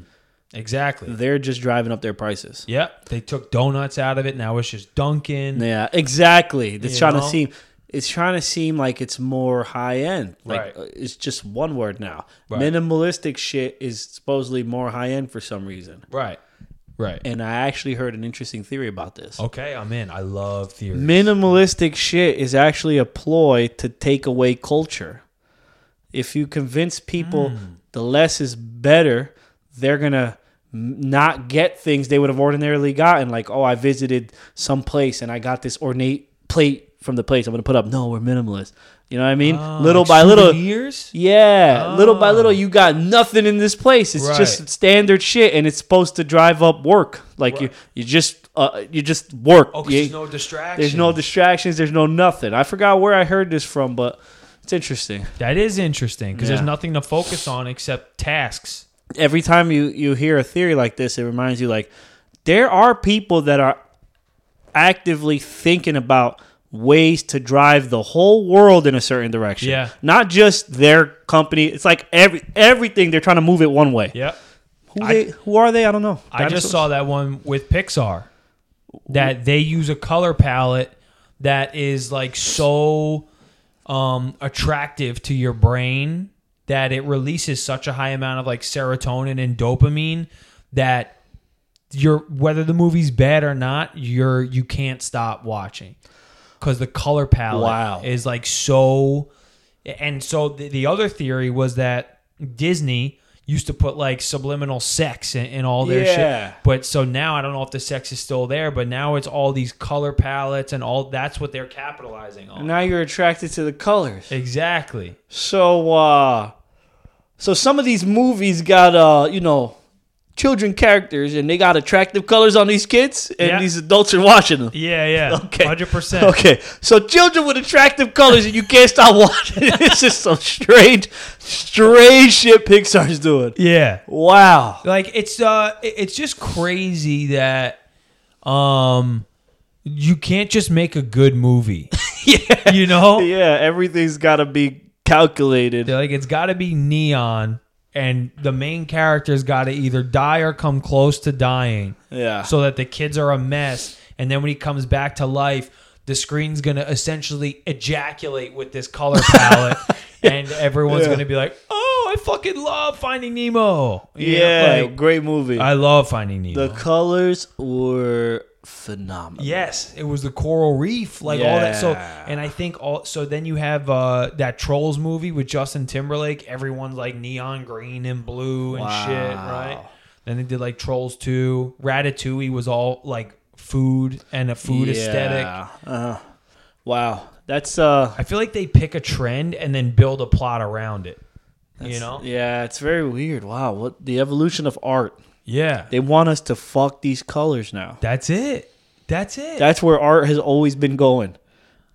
[SPEAKER 2] Exactly.
[SPEAKER 1] They're just driving up their prices.
[SPEAKER 2] Yep. They took donuts out of it. Now it's just Dunkin'.
[SPEAKER 1] Yeah, exactly. It's
[SPEAKER 2] You
[SPEAKER 1] trying
[SPEAKER 2] know?
[SPEAKER 1] to seem it's trying to seem like it's more high end. Like
[SPEAKER 2] Right.
[SPEAKER 1] uh, it's just one word now.
[SPEAKER 2] Right.
[SPEAKER 1] Minimalistic shit is supposedly more high end for some reason.
[SPEAKER 2] Right. Right.
[SPEAKER 1] And I actually heard an interesting theory about this.
[SPEAKER 2] Okay, I'm in. I love theory.
[SPEAKER 1] Minimalistic shit is actually a ploy to take away culture. If you convince people
[SPEAKER 2] Hmm.
[SPEAKER 1] the less is better, they're going to not get things they would have ordinarily gotten. Like, oh, I visited some place and I got this ornate plate from the place I'm going to put up. No, we're minimalist. You know what I mean?
[SPEAKER 2] Oh,
[SPEAKER 1] little
[SPEAKER 2] like
[SPEAKER 1] by little.
[SPEAKER 2] souvenirs?
[SPEAKER 1] Yeah, little by
[SPEAKER 2] Oh.
[SPEAKER 1] little, you got nothing in this place. It's
[SPEAKER 2] Right.
[SPEAKER 1] just standard shit, and it's supposed to drive up work. Like you,
[SPEAKER 2] Right.
[SPEAKER 1] you just, uh, you just work.
[SPEAKER 2] Oh, 'cause
[SPEAKER 1] You-
[SPEAKER 2] there's no distraction.
[SPEAKER 1] there's no distractions. There's no nothing. I forgot where I heard this from, but it's interesting.
[SPEAKER 2] that is interesting because there's
[SPEAKER 1] Yeah.
[SPEAKER 2] nothing to focus on except tasks.
[SPEAKER 1] Every time you you hear a theory like this, it reminds you like there are people that are actively thinking about ways to drive the whole world in a certain direction.
[SPEAKER 2] Yeah.
[SPEAKER 1] Not just their company. It's like every everything they're trying to move it one way.
[SPEAKER 2] Yep.
[SPEAKER 1] Who they who are they? I don't know.
[SPEAKER 2] I just
[SPEAKER 1] Dinosaurs?
[SPEAKER 2] saw that one with Pixar that they use a color palette that is like so um, attractive to your brain that it releases such a high amount of like serotonin and dopamine that you're whether the movie's bad or not you're you can't stop watching because the color palette
[SPEAKER 1] Wow.
[SPEAKER 2] is like so and so the, the other theory was that disney used to put like subliminal sex in, in all their
[SPEAKER 1] Yeah.
[SPEAKER 2] shit but so now i don't know if the sex is still there but now it's all these color palettes and all that's what they're capitalizing on
[SPEAKER 1] Now you're attracted to the colors.
[SPEAKER 2] exactly
[SPEAKER 1] So uh so some of these movies got uh, you know, children characters and they got attractive colors on these kids and
[SPEAKER 2] Yeah.
[SPEAKER 1] these adults are watching them.
[SPEAKER 2] yeah yeah
[SPEAKER 1] [laughs] Okay.
[SPEAKER 2] 100%
[SPEAKER 1] Okay, so children with attractive colors and you can't stop watching. [laughs] this is some strange, strange shit Pixar's doing.
[SPEAKER 2] yeah
[SPEAKER 1] Wow.
[SPEAKER 2] like it's uh it- it's just crazy that um you can't just make a good movie yeah you know
[SPEAKER 1] [laughs] Yeah, everything's got to be calculated.
[SPEAKER 2] They're like it's got to be neon and the main character's got to either die or come close to dying
[SPEAKER 1] Yeah.
[SPEAKER 2] so that the kids are a mess and then when he comes back to life the screen's going to essentially ejaculate with this color palette and everyone's
[SPEAKER 1] [laughs] Yeah.
[SPEAKER 2] going to be like oh i fucking love finding nemo You know,
[SPEAKER 1] yeah,
[SPEAKER 2] like,
[SPEAKER 1] great movie.
[SPEAKER 2] i love finding nemo
[SPEAKER 1] the colors were phenomenal.
[SPEAKER 2] Yes, it was the coral reef, like all that. So,
[SPEAKER 1] Yeah.
[SPEAKER 2] and I think all. So then you have uh that Trolls movie with Justin Timberlake. Everyone's like neon green and blue and shit,
[SPEAKER 1] Wow.
[SPEAKER 2] right? Then they did like Trolls Two. Ratatouille was all like food and a food aesthetic.
[SPEAKER 1] Uh, wow. That's uh
[SPEAKER 2] I feel like they pick a trend and then build a plot around it. you know?
[SPEAKER 1] yeah, it's very weird. Wow, what the evolution of art.
[SPEAKER 2] Yeah.
[SPEAKER 1] They want us to fuck these colors now.
[SPEAKER 2] That's it. That's it.
[SPEAKER 1] That's where art has always been going.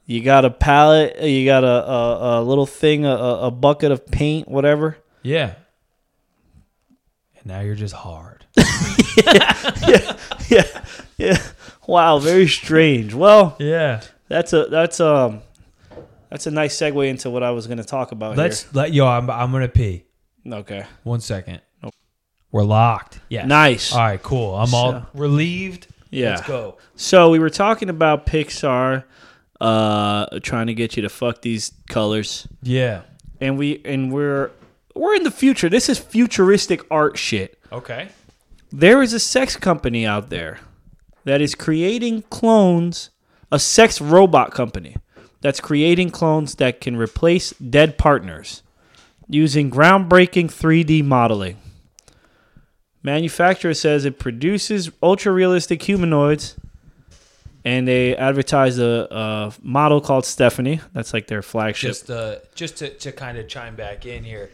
[SPEAKER 1] You got a palette, uh, you got a, a, a little thing, a, a a bucket of paint, whatever. [laughs]
[SPEAKER 2] yeah. And now you're just
[SPEAKER 1] [laughs]
[SPEAKER 2] hard.
[SPEAKER 1] yeah, yeah. Wow, very strange. Well,
[SPEAKER 2] yeah.
[SPEAKER 1] that's a that's um that's a nice segue into what I was going to talk about.
[SPEAKER 2] Let's let yo. I'm I'm gonna pee.
[SPEAKER 1] here. okay,
[SPEAKER 2] One second. We're locked. Yeah.
[SPEAKER 1] nice.
[SPEAKER 2] All right, cool. I'm all
[SPEAKER 1] So-
[SPEAKER 2] relieved.
[SPEAKER 1] yeah.
[SPEAKER 2] Let's go.
[SPEAKER 1] So we were talking about Pixar uh trying to get you to fuck these colors,
[SPEAKER 2] Yeah.
[SPEAKER 1] and we and we're we're in the future. This is futuristic art shit.
[SPEAKER 2] Okay.
[SPEAKER 1] There is a sex company out there that is creating clones, a sex robot company that's creating clones that can replace dead partners using groundbreaking 3D modeling. Manufacturer says it produces ultra realistic humanoids and they advertise a, a model called Stephanie. That's like their flagship.
[SPEAKER 2] Just uh just to, to kind of chime back in here.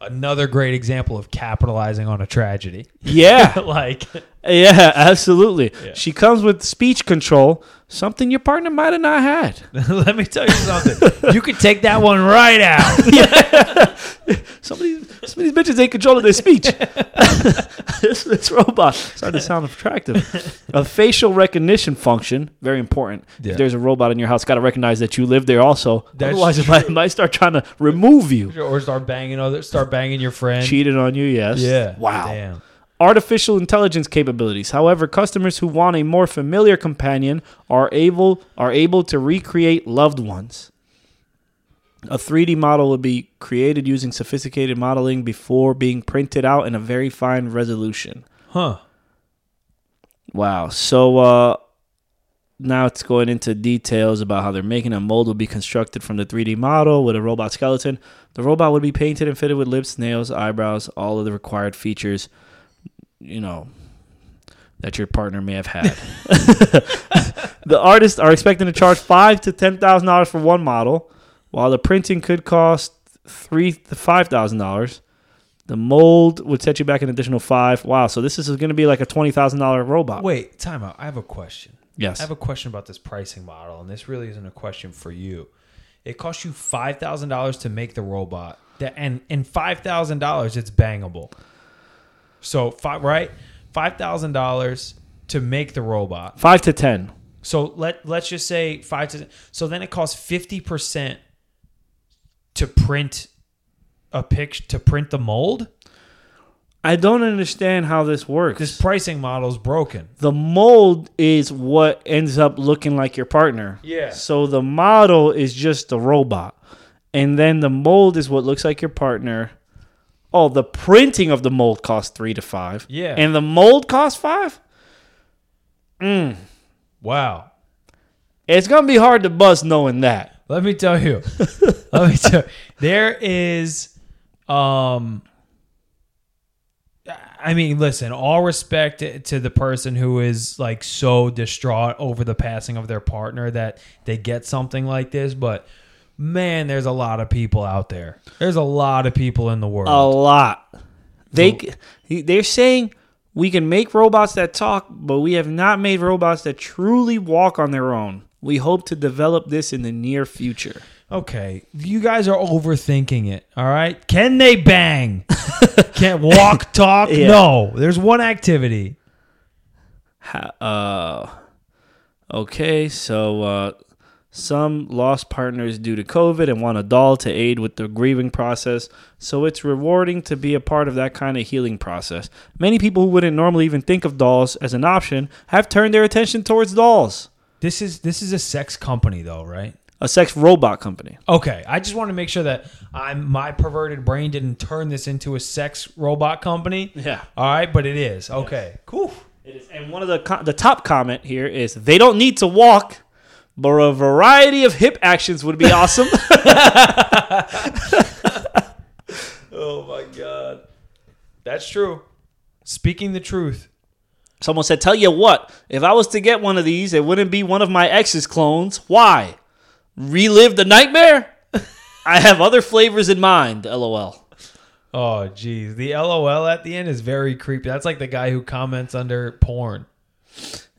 [SPEAKER 2] Another great example of capitalizing on a tragedy. [laughs]
[SPEAKER 1] yeah.
[SPEAKER 2] like [laughs]
[SPEAKER 1] Yeah, absolutely.
[SPEAKER 2] Yeah.
[SPEAKER 1] She comes with speech control, something your partner might have not had.
[SPEAKER 2] let me tell you something. you could take that one right out. [laughs]
[SPEAKER 1] Some of these, some of these bitches ain't controlling their speech. [laughs] this, this robot started to sound attractive. A facial recognition function, very important.
[SPEAKER 2] Yeah.
[SPEAKER 1] If there's a robot in your house, got to recognize that you live there also.
[SPEAKER 2] That's
[SPEAKER 1] Otherwise, it might, might start trying to remove you.
[SPEAKER 2] or start banging other start banging your friend.
[SPEAKER 1] Cheated on you, yes.
[SPEAKER 2] Yeah.
[SPEAKER 1] Wow.
[SPEAKER 2] Damn.
[SPEAKER 1] artificial intelligence capabilities. However, customers who want a more familiar companion are able are able to recreate loved ones. A 3D model would be created using sophisticated modeling before being printed out in a very fine resolution.
[SPEAKER 2] Huh.
[SPEAKER 1] Wow. So uh now it's going into details about how they're making a mold will be constructed from the 3D model with a robot skeleton. The robot would be painted and fitted with lips, nails, eyebrows, all of the required features, you know, that your partner may have had. [laughs] the artists are expecting to charge five to ten thousand dollars for one model, while the printing could cost three to five thousand dollars. The mold would set you back an additional five. Wow, so this is going to be like a twenty thousand dollar robot.
[SPEAKER 2] Wait, time out. I have a question.
[SPEAKER 1] Yes.
[SPEAKER 2] I have a question about this pricing model, and this really isn't a question for you. It costs you five thousand dollars to make the robot, that and and five thousand dollars it's bangable. So five right, five thousand dollars to make the robot,
[SPEAKER 1] Five to ten.
[SPEAKER 2] So let let's just say five to so then it costs fifty percent to print a pic to print the mold.
[SPEAKER 1] I don't understand how this works.
[SPEAKER 2] This pricing model's broken.
[SPEAKER 1] the mold is what ends up looking like your partner.
[SPEAKER 2] Yeah.
[SPEAKER 1] So the model is just the robot. And then the mold is what looks like your partner. Oh, the printing of the mold costs three to five.
[SPEAKER 2] Yeah.
[SPEAKER 1] And the mold costs five?
[SPEAKER 2] Wow.
[SPEAKER 1] It's gonna be hard to bust knowing that.
[SPEAKER 2] Let me tell you. let me tell. There is, um, I mean, listen. All respect to- to the person who is like so distraught over the passing of their partner that they get something like this, but. Man, there's a lot of people out there. There's a lot of people in the world.
[SPEAKER 1] A lot. They they're saying we can make robots that talk, but we have not made robots that truly walk on their own. We hope to develop this in the near future.
[SPEAKER 2] Okay, you guys are overthinking it. All right, can they bang? Can't walk, talk?
[SPEAKER 1] Yeah.
[SPEAKER 2] No. There's one activity.
[SPEAKER 1] Ha- uh, okay, so uh, some lost partners due to COVID and want a doll to aid with the grieving process. So it's rewarding to be a part of that kind of healing process. Many people who wouldn't normally even think of dolls as an option have turned their attention towards dolls,
[SPEAKER 2] This is this is a sex company though, right?
[SPEAKER 1] a sex robot company.
[SPEAKER 2] Okay, I just want to make sure that I'm my perverted brain didn't turn this into a sex robot company.
[SPEAKER 1] Yeah.
[SPEAKER 2] All right, but it is. Okay. Cool.
[SPEAKER 1] It is, and one of the co- the top comment here is they don't need to walk, but a variety of hip actions would be awesome.
[SPEAKER 2] Oh my god. That's true. Speaking the truth.
[SPEAKER 1] Someone said, Tell you what, if I was to get one of these, it wouldn't be one of my ex's clones. Why? Relive the nightmare? I have other flavors in mind, lol.
[SPEAKER 2] Oh geez. The LOL at the end is very creepy. That's like the guy who comments under porn.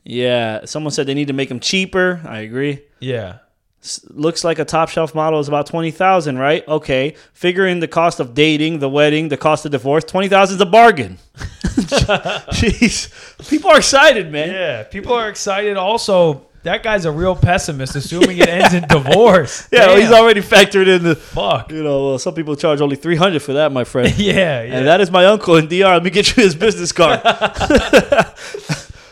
[SPEAKER 1] Yeah, someone said they need to make them cheaper. I agree.
[SPEAKER 2] Yeah.
[SPEAKER 1] S- looks like a top shelf model is about 20,000, right? Okay. Figure in the cost of dating, the wedding, the cost of divorce, 20,000 is a bargain. [laughs] Jeez. People are excited, man.
[SPEAKER 2] Yeah. People are excited also. That guy's a real pessimist, assuming it ends in [laughs] divorce.
[SPEAKER 1] Yeah,
[SPEAKER 2] Damn,
[SPEAKER 1] he's already factored in the,
[SPEAKER 2] fuck. [laughs]
[SPEAKER 1] you know, uh, some people charge only 300 for that, my friend.
[SPEAKER 2] Yeah, yeah.
[SPEAKER 1] And that is my uncle in DR. Let me get you his business
[SPEAKER 2] [laughs]
[SPEAKER 1] card. oh,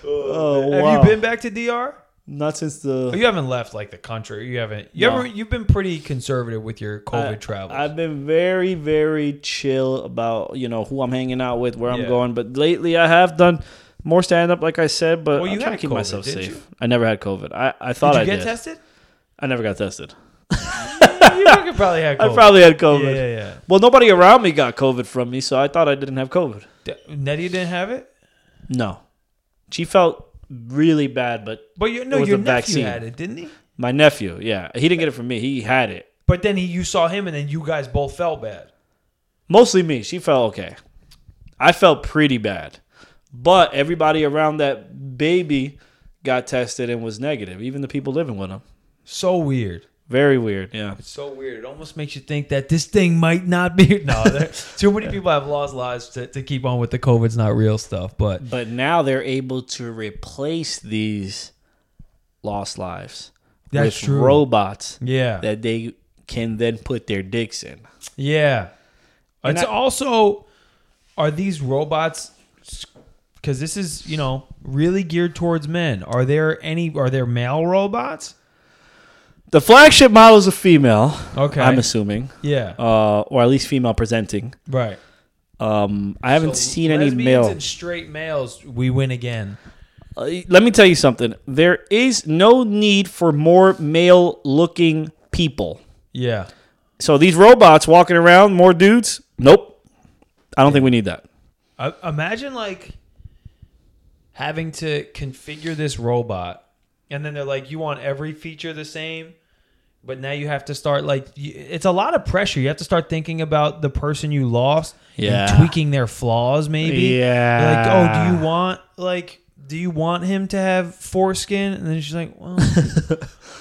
[SPEAKER 2] Have
[SPEAKER 1] wow.
[SPEAKER 2] you been back to DR?
[SPEAKER 1] Not since
[SPEAKER 2] But
[SPEAKER 1] the.
[SPEAKER 2] Oh, you haven't left like the country. You haven't. You
[SPEAKER 1] No.
[SPEAKER 2] ever? You've been pretty conservative with your COVID travels.
[SPEAKER 1] I've been very, very chill about you know who I'm hanging out with, where
[SPEAKER 2] Yeah.
[SPEAKER 1] I'm going. But lately, I have done more stand up, like I said. But
[SPEAKER 2] Well, you
[SPEAKER 1] I'm trying
[SPEAKER 2] had
[SPEAKER 1] to keep
[SPEAKER 2] COVID,
[SPEAKER 1] myself
[SPEAKER 2] didn't
[SPEAKER 1] safe.
[SPEAKER 2] you?
[SPEAKER 1] I never had COVID. I, I thought
[SPEAKER 2] Did you
[SPEAKER 1] I
[SPEAKER 2] get
[SPEAKER 1] did.
[SPEAKER 2] tested?
[SPEAKER 1] I never got tested.
[SPEAKER 2] you fucking probably
[SPEAKER 1] [laughs]
[SPEAKER 2] had COVID.
[SPEAKER 1] I probably had
[SPEAKER 2] Yeah,
[SPEAKER 1] COVID.
[SPEAKER 2] yeah. yeah.
[SPEAKER 1] Well, nobody around me got COVID from me, so I thought I didn't have COVID.
[SPEAKER 2] D- Nettie didn't have it,
[SPEAKER 1] No, she felt really bad, but
[SPEAKER 2] but you no,
[SPEAKER 1] It was
[SPEAKER 2] your
[SPEAKER 1] a
[SPEAKER 2] nephew
[SPEAKER 1] vaccine.
[SPEAKER 2] had it, didn't he?
[SPEAKER 1] my nephew, yeah, he didn't get it from me. He had it.
[SPEAKER 2] But then he, you saw him, and then you guys both felt bad.
[SPEAKER 1] mostly me. She felt okay. I felt pretty bad, but everybody around that baby got tested and was negative. Even the people living with him.
[SPEAKER 2] So weird.
[SPEAKER 1] Very weird. Yeah.
[SPEAKER 2] It's so weird. It almost makes you think that this thing might not be. [laughs] No, there- too many people have lost lives to, to keep on with the COVID's not real stuff. But
[SPEAKER 1] But now they're able to replace these lost lives
[SPEAKER 2] That's
[SPEAKER 1] with
[SPEAKER 2] true.
[SPEAKER 1] robots
[SPEAKER 2] yeah,
[SPEAKER 1] that they can then put their dicks in.
[SPEAKER 2] Yeah.
[SPEAKER 1] And
[SPEAKER 2] it's
[SPEAKER 1] I-
[SPEAKER 2] also are these robots cuz this is, you know, really geared towards men. Are there any are there male robots?
[SPEAKER 1] The flagship model is a female.
[SPEAKER 2] Okay.
[SPEAKER 1] I'm assuming,
[SPEAKER 2] yeah.
[SPEAKER 1] uh, or at least female presenting.
[SPEAKER 2] right.
[SPEAKER 1] Um, I haven't
[SPEAKER 2] So
[SPEAKER 1] seen any
[SPEAKER 2] lesbians
[SPEAKER 1] male.
[SPEAKER 2] and straight males we win again.
[SPEAKER 1] Uh, let me tell you something. There is no need for more male looking people.
[SPEAKER 2] Yeah.
[SPEAKER 1] So these robots walking around, more dudes? Nope. I don't think we need that.
[SPEAKER 2] I, imagine like having to configure this robot and then they're like you want every feature the same but now you have to start like y- it's a lot of pressure you have to start thinking about the person you lost
[SPEAKER 1] Yeah.
[SPEAKER 2] and tweaking their flaws maybe You're like oh
[SPEAKER 1] Yeah.
[SPEAKER 2] do you want like do you want him to have foreskin and then she's like
[SPEAKER 1] [laughs]
[SPEAKER 2] well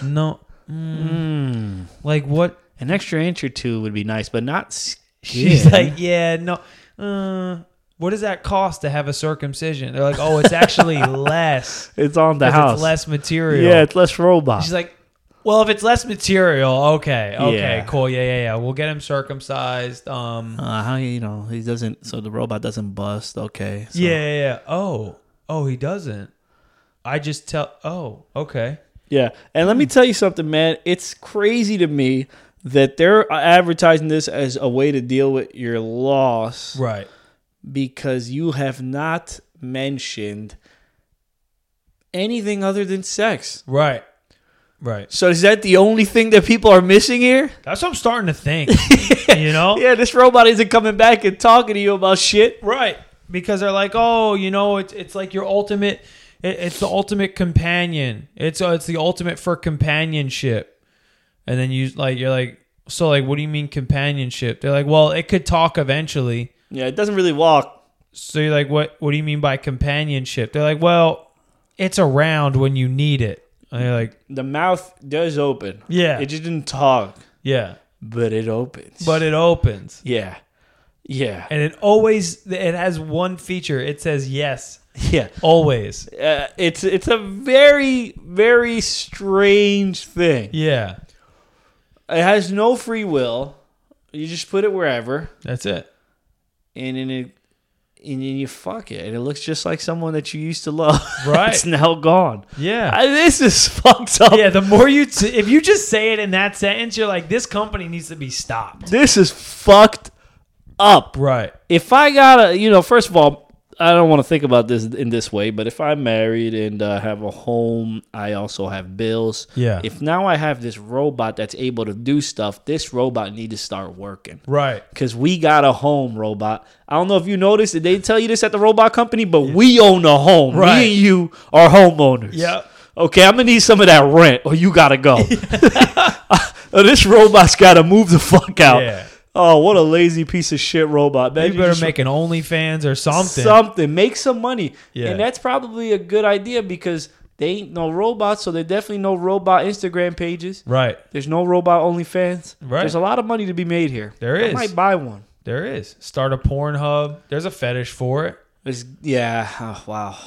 [SPEAKER 2] no mm. like what
[SPEAKER 1] Hmm. An [laughs] extra inch or two would be nice, but not skin.
[SPEAKER 2] She's like, yeah, no. Uh, what does that cost to have a circumcision? They're like, oh, it's actually
[SPEAKER 1] [laughs]
[SPEAKER 2] less.
[SPEAKER 1] It's on the
[SPEAKER 2] 'cause
[SPEAKER 1] house.
[SPEAKER 2] It's less material.
[SPEAKER 1] yeah, it's less robot.
[SPEAKER 2] She's like, well, if it's less material, okay, okay,
[SPEAKER 1] Yeah.
[SPEAKER 2] cool, yeah, yeah, yeah. We'll get him circumcised. Um,
[SPEAKER 1] uh, how you know he doesn't? So the robot doesn't bust. Okay. So-
[SPEAKER 2] yeah, yeah, yeah. Oh, oh, he doesn't. I just tell. Oh, okay.
[SPEAKER 1] Yeah. And let me tell you something, man. It's crazy to me that they're advertising this as a way to deal with your loss
[SPEAKER 2] Right.
[SPEAKER 1] because you have not mentioned anything other than sex.
[SPEAKER 2] Right. Right.
[SPEAKER 1] So is that the only thing that people are missing here?
[SPEAKER 2] That's what I'm starting to
[SPEAKER 1] [laughs]
[SPEAKER 2] think. you know?
[SPEAKER 1] Yeah, this robot isn't coming back and talking to you about shit.
[SPEAKER 2] Right. Because they're like, oh, you know, it's it's like your ultimate it, it's the ultimate companion. It's uh, it's the ultimate for companionship. And then you like you're like so like what do you mean companionship? They're like, well, it could talk eventually.
[SPEAKER 1] Yeah, it doesn't really walk.
[SPEAKER 2] So you're like, what what do you mean by companionship? They're like, well, it's around when you need it. And you're like,
[SPEAKER 1] The mouth does open.
[SPEAKER 2] Yeah.
[SPEAKER 1] It just didn't talk,
[SPEAKER 2] yeah.
[SPEAKER 1] but it opens.
[SPEAKER 2] But it opens.
[SPEAKER 1] yeah. Yeah.
[SPEAKER 2] And it always it has one feature. It says yes.
[SPEAKER 1] Yeah.
[SPEAKER 2] Always.
[SPEAKER 1] uh, it's it's a very very strange thing.
[SPEAKER 2] Yeah.
[SPEAKER 1] It has no free will. You just put it wherever,
[SPEAKER 2] That's it.
[SPEAKER 1] and then it and then you fuck it, and it looks just like someone that you used to love. [laughs]
[SPEAKER 2] Right.
[SPEAKER 1] it's now gone.
[SPEAKER 2] Yeah.
[SPEAKER 1] I- this is [laughs] fucked up.
[SPEAKER 2] Yeah, the more you, t- if you just say it in that sentence, you're like, this company needs to be stopped.
[SPEAKER 1] This is fucked up.
[SPEAKER 2] Right.
[SPEAKER 1] If I gotta, you know, first of all. I don't want to think about this in this way, but if I'm married and uh, have a home, I also have bills.
[SPEAKER 2] Yeah.
[SPEAKER 1] If now I have this robot that's able to do stuff, this robot need to start working.
[SPEAKER 2] Right.
[SPEAKER 1] Cause we got a home robot. I don't know if you noticed. Did they tell you this at the robot company? But we own a home.
[SPEAKER 2] Right.
[SPEAKER 1] Me and you are homeowners.
[SPEAKER 2] Yep.
[SPEAKER 1] Okay, I'm gonna need some of that rent, or you
[SPEAKER 2] [laughs]
[SPEAKER 1] gotta go. [laughs] Oh, this robot's gotta move the fuck out.
[SPEAKER 2] Yeah.
[SPEAKER 1] Oh, what a lazy piece of shit robot. Man,
[SPEAKER 2] You better make an OnlyFans or something.
[SPEAKER 1] something. Make some money.
[SPEAKER 2] Yeah.
[SPEAKER 1] And that's probably a good idea because they ain't no robots, so there definitely no robot Instagram pages.
[SPEAKER 2] right.
[SPEAKER 1] There's no robot OnlyFans.
[SPEAKER 2] Right.
[SPEAKER 1] There's a lot of money to be made here.
[SPEAKER 2] There
[SPEAKER 1] I
[SPEAKER 2] is.
[SPEAKER 1] might buy one.
[SPEAKER 2] There is. Start a porn hub. There's a fetish for it,
[SPEAKER 1] It's, yeah. oh, wow.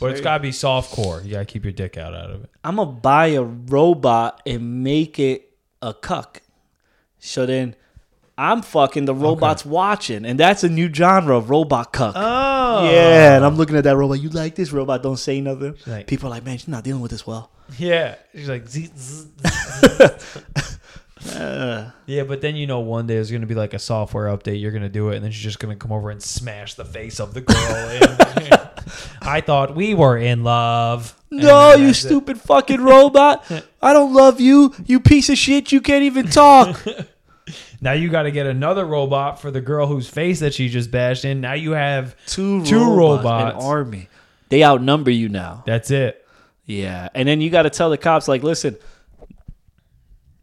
[SPEAKER 2] but it's got to be soft core. You got to keep your dick out out of it.
[SPEAKER 1] I'm gonna buy a robot and make it a cuck. So then I'm fucking the robot's watching, and that's a new genre of robot cuck.
[SPEAKER 2] Oh.
[SPEAKER 1] Yeah, and I'm looking at that robot. You like this robot? Don't say nothing.
[SPEAKER 2] Like-
[SPEAKER 1] People are like, man, she's not dealing with this well.
[SPEAKER 2] Yeah. She's like, zzz, zzz, zzz.
[SPEAKER 1] Uh,
[SPEAKER 2] yeah, but then you know one day there's going to be like a software update. You're going to do it, and then she's just going to come over and smash the face of the girl. And- [laughs] I thought we were in love. And
[SPEAKER 1] no,
[SPEAKER 2] then
[SPEAKER 1] you
[SPEAKER 2] that's it.
[SPEAKER 1] stupid
[SPEAKER 2] [laughs]
[SPEAKER 1] fucking robot! I don't love you. You piece of shit. You can't even talk.
[SPEAKER 2] Now you got to get another robot for the girl whose face that she just bashed in. Now you have
[SPEAKER 1] Two,
[SPEAKER 2] Two
[SPEAKER 1] robots,
[SPEAKER 2] robots.
[SPEAKER 1] an army. They outnumber you now.
[SPEAKER 2] that's it.
[SPEAKER 1] Yeah, and then you got to tell the cops like, listen,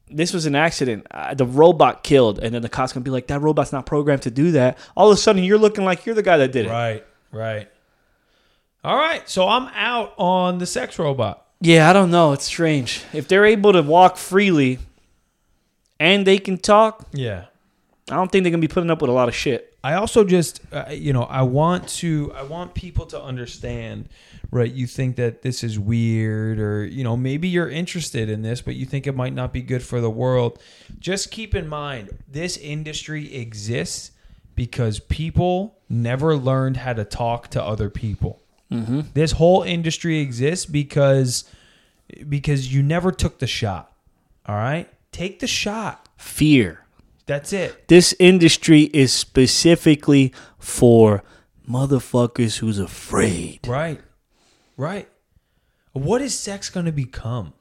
[SPEAKER 1] this was an accident. Uh, the robot killed, and then the cops gonna be like, that robot's not programmed to do that. All of a sudden, you're looking like you're the guy that did it.
[SPEAKER 2] Right, right. All right, so I'm out on the sex robot.
[SPEAKER 1] Yeah, I don't know. It's strange. If they're able to walk freely, and they can talk,
[SPEAKER 2] Yeah.
[SPEAKER 1] I don't think they're gonna be putting up with a lot of shit.
[SPEAKER 2] I also just uh, you know I want to I want people to understand right you think that this is weird or you know maybe you're interested in this but you think it might not be good for the world just keep in mind this industry exists because people never learned how to talk to other people this whole industry exists because because you never took the shot all right take the shot
[SPEAKER 1] Fear.
[SPEAKER 2] that's it
[SPEAKER 1] This industry is specifically for motherfuckers who's afraid.
[SPEAKER 2] Right. Right. What is sex going to become?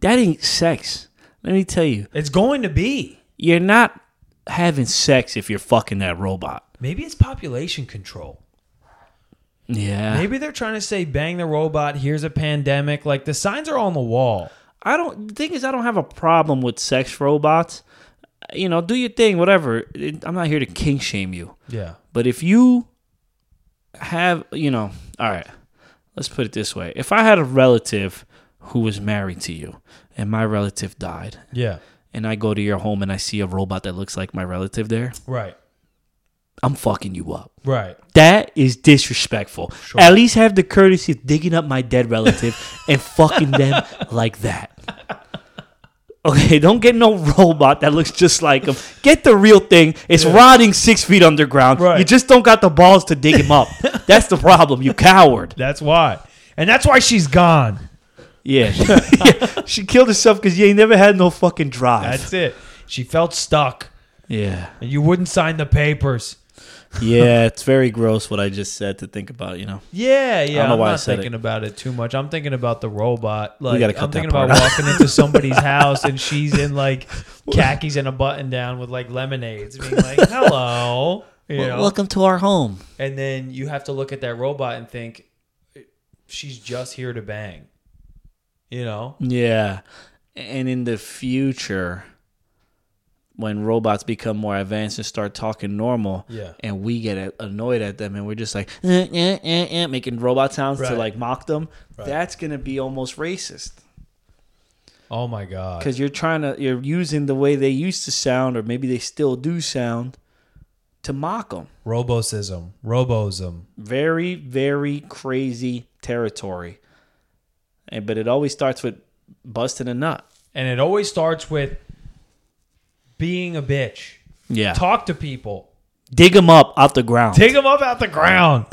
[SPEAKER 1] That ain't sex. Let me tell you.
[SPEAKER 2] It's going to be.
[SPEAKER 1] you're not having sex if you're fucking that robot.
[SPEAKER 2] Maybe it's population control.
[SPEAKER 1] Yeah.
[SPEAKER 2] Maybe they're trying to say, bang the robot, here's a pandemic. Like the signs are on the wall.
[SPEAKER 1] I don't the thing is I don't have a problem with sex robots. You know, do your thing, whatever. It- I'm not here to king shame you.
[SPEAKER 2] Yeah.
[SPEAKER 1] But if you have, you know, all right. Let's put it this way. If I had a relative who was married to you and my relative died
[SPEAKER 2] Yeah.
[SPEAKER 1] and I go to your home and I see a robot that looks like my relative there,
[SPEAKER 2] Right.
[SPEAKER 1] I'm fucking you up.
[SPEAKER 2] Right.
[SPEAKER 1] That is disrespectful.
[SPEAKER 2] Sure.
[SPEAKER 1] At least have the courtesy of digging up my dead relative and fucking [laughs] them like that. Okay, don't get no robot that looks just like him. Get the real thing. It's rotting six feet underground.
[SPEAKER 2] Right.
[SPEAKER 1] You just don't got the balls to dig him [laughs] up. That's the problem, you coward.
[SPEAKER 2] That's why. And that's why she's gone.
[SPEAKER 1] [laughs] Yeah. Yeah. She killed herself because you ain't never had no fucking drive.
[SPEAKER 2] That's it. She felt stuck,
[SPEAKER 1] yeah.
[SPEAKER 2] and you wouldn't sign the papers.
[SPEAKER 1] [laughs] Yeah, it's very gross what I just said to think about, you know.
[SPEAKER 2] Yeah, yeah.
[SPEAKER 1] don't know
[SPEAKER 2] I'm
[SPEAKER 1] why I
[SPEAKER 2] not
[SPEAKER 1] said
[SPEAKER 2] thinking about it too much. I'm thinking about the robot. Like
[SPEAKER 1] gotta cut
[SPEAKER 2] I'm thinking
[SPEAKER 1] that part
[SPEAKER 2] about walking into
[SPEAKER 1] [laughs]
[SPEAKER 2] somebody's house and she's in like khakis and a button down with like lemonades, being
[SPEAKER 1] [laughs]
[SPEAKER 2] like, "Hello," you know.
[SPEAKER 1] Welcome to our home.
[SPEAKER 2] and then you have to look at that robot and think, "She's just here to bang," you know.
[SPEAKER 1] Yeah. And in the future, when robots become more advanced and start talking normal,
[SPEAKER 2] Yeah.
[SPEAKER 1] and we get a- annoyed at them and we're just like, eh, eh, eh, eh, making robot sounds to
[SPEAKER 2] Right.
[SPEAKER 1] like mock them, that's going to be almost racist.
[SPEAKER 2] Oh my god.
[SPEAKER 1] Because you're trying to, you're using the way they used to sound, or maybe they still do sound, to mock them.
[SPEAKER 2] Robocism. Robosm.
[SPEAKER 1] very very crazy territory and but it always starts with busting a nut
[SPEAKER 2] And it always starts with being a bitch.
[SPEAKER 1] yeah
[SPEAKER 2] Talk to people.
[SPEAKER 1] dig them up off the ground
[SPEAKER 2] Dig them up out the ground.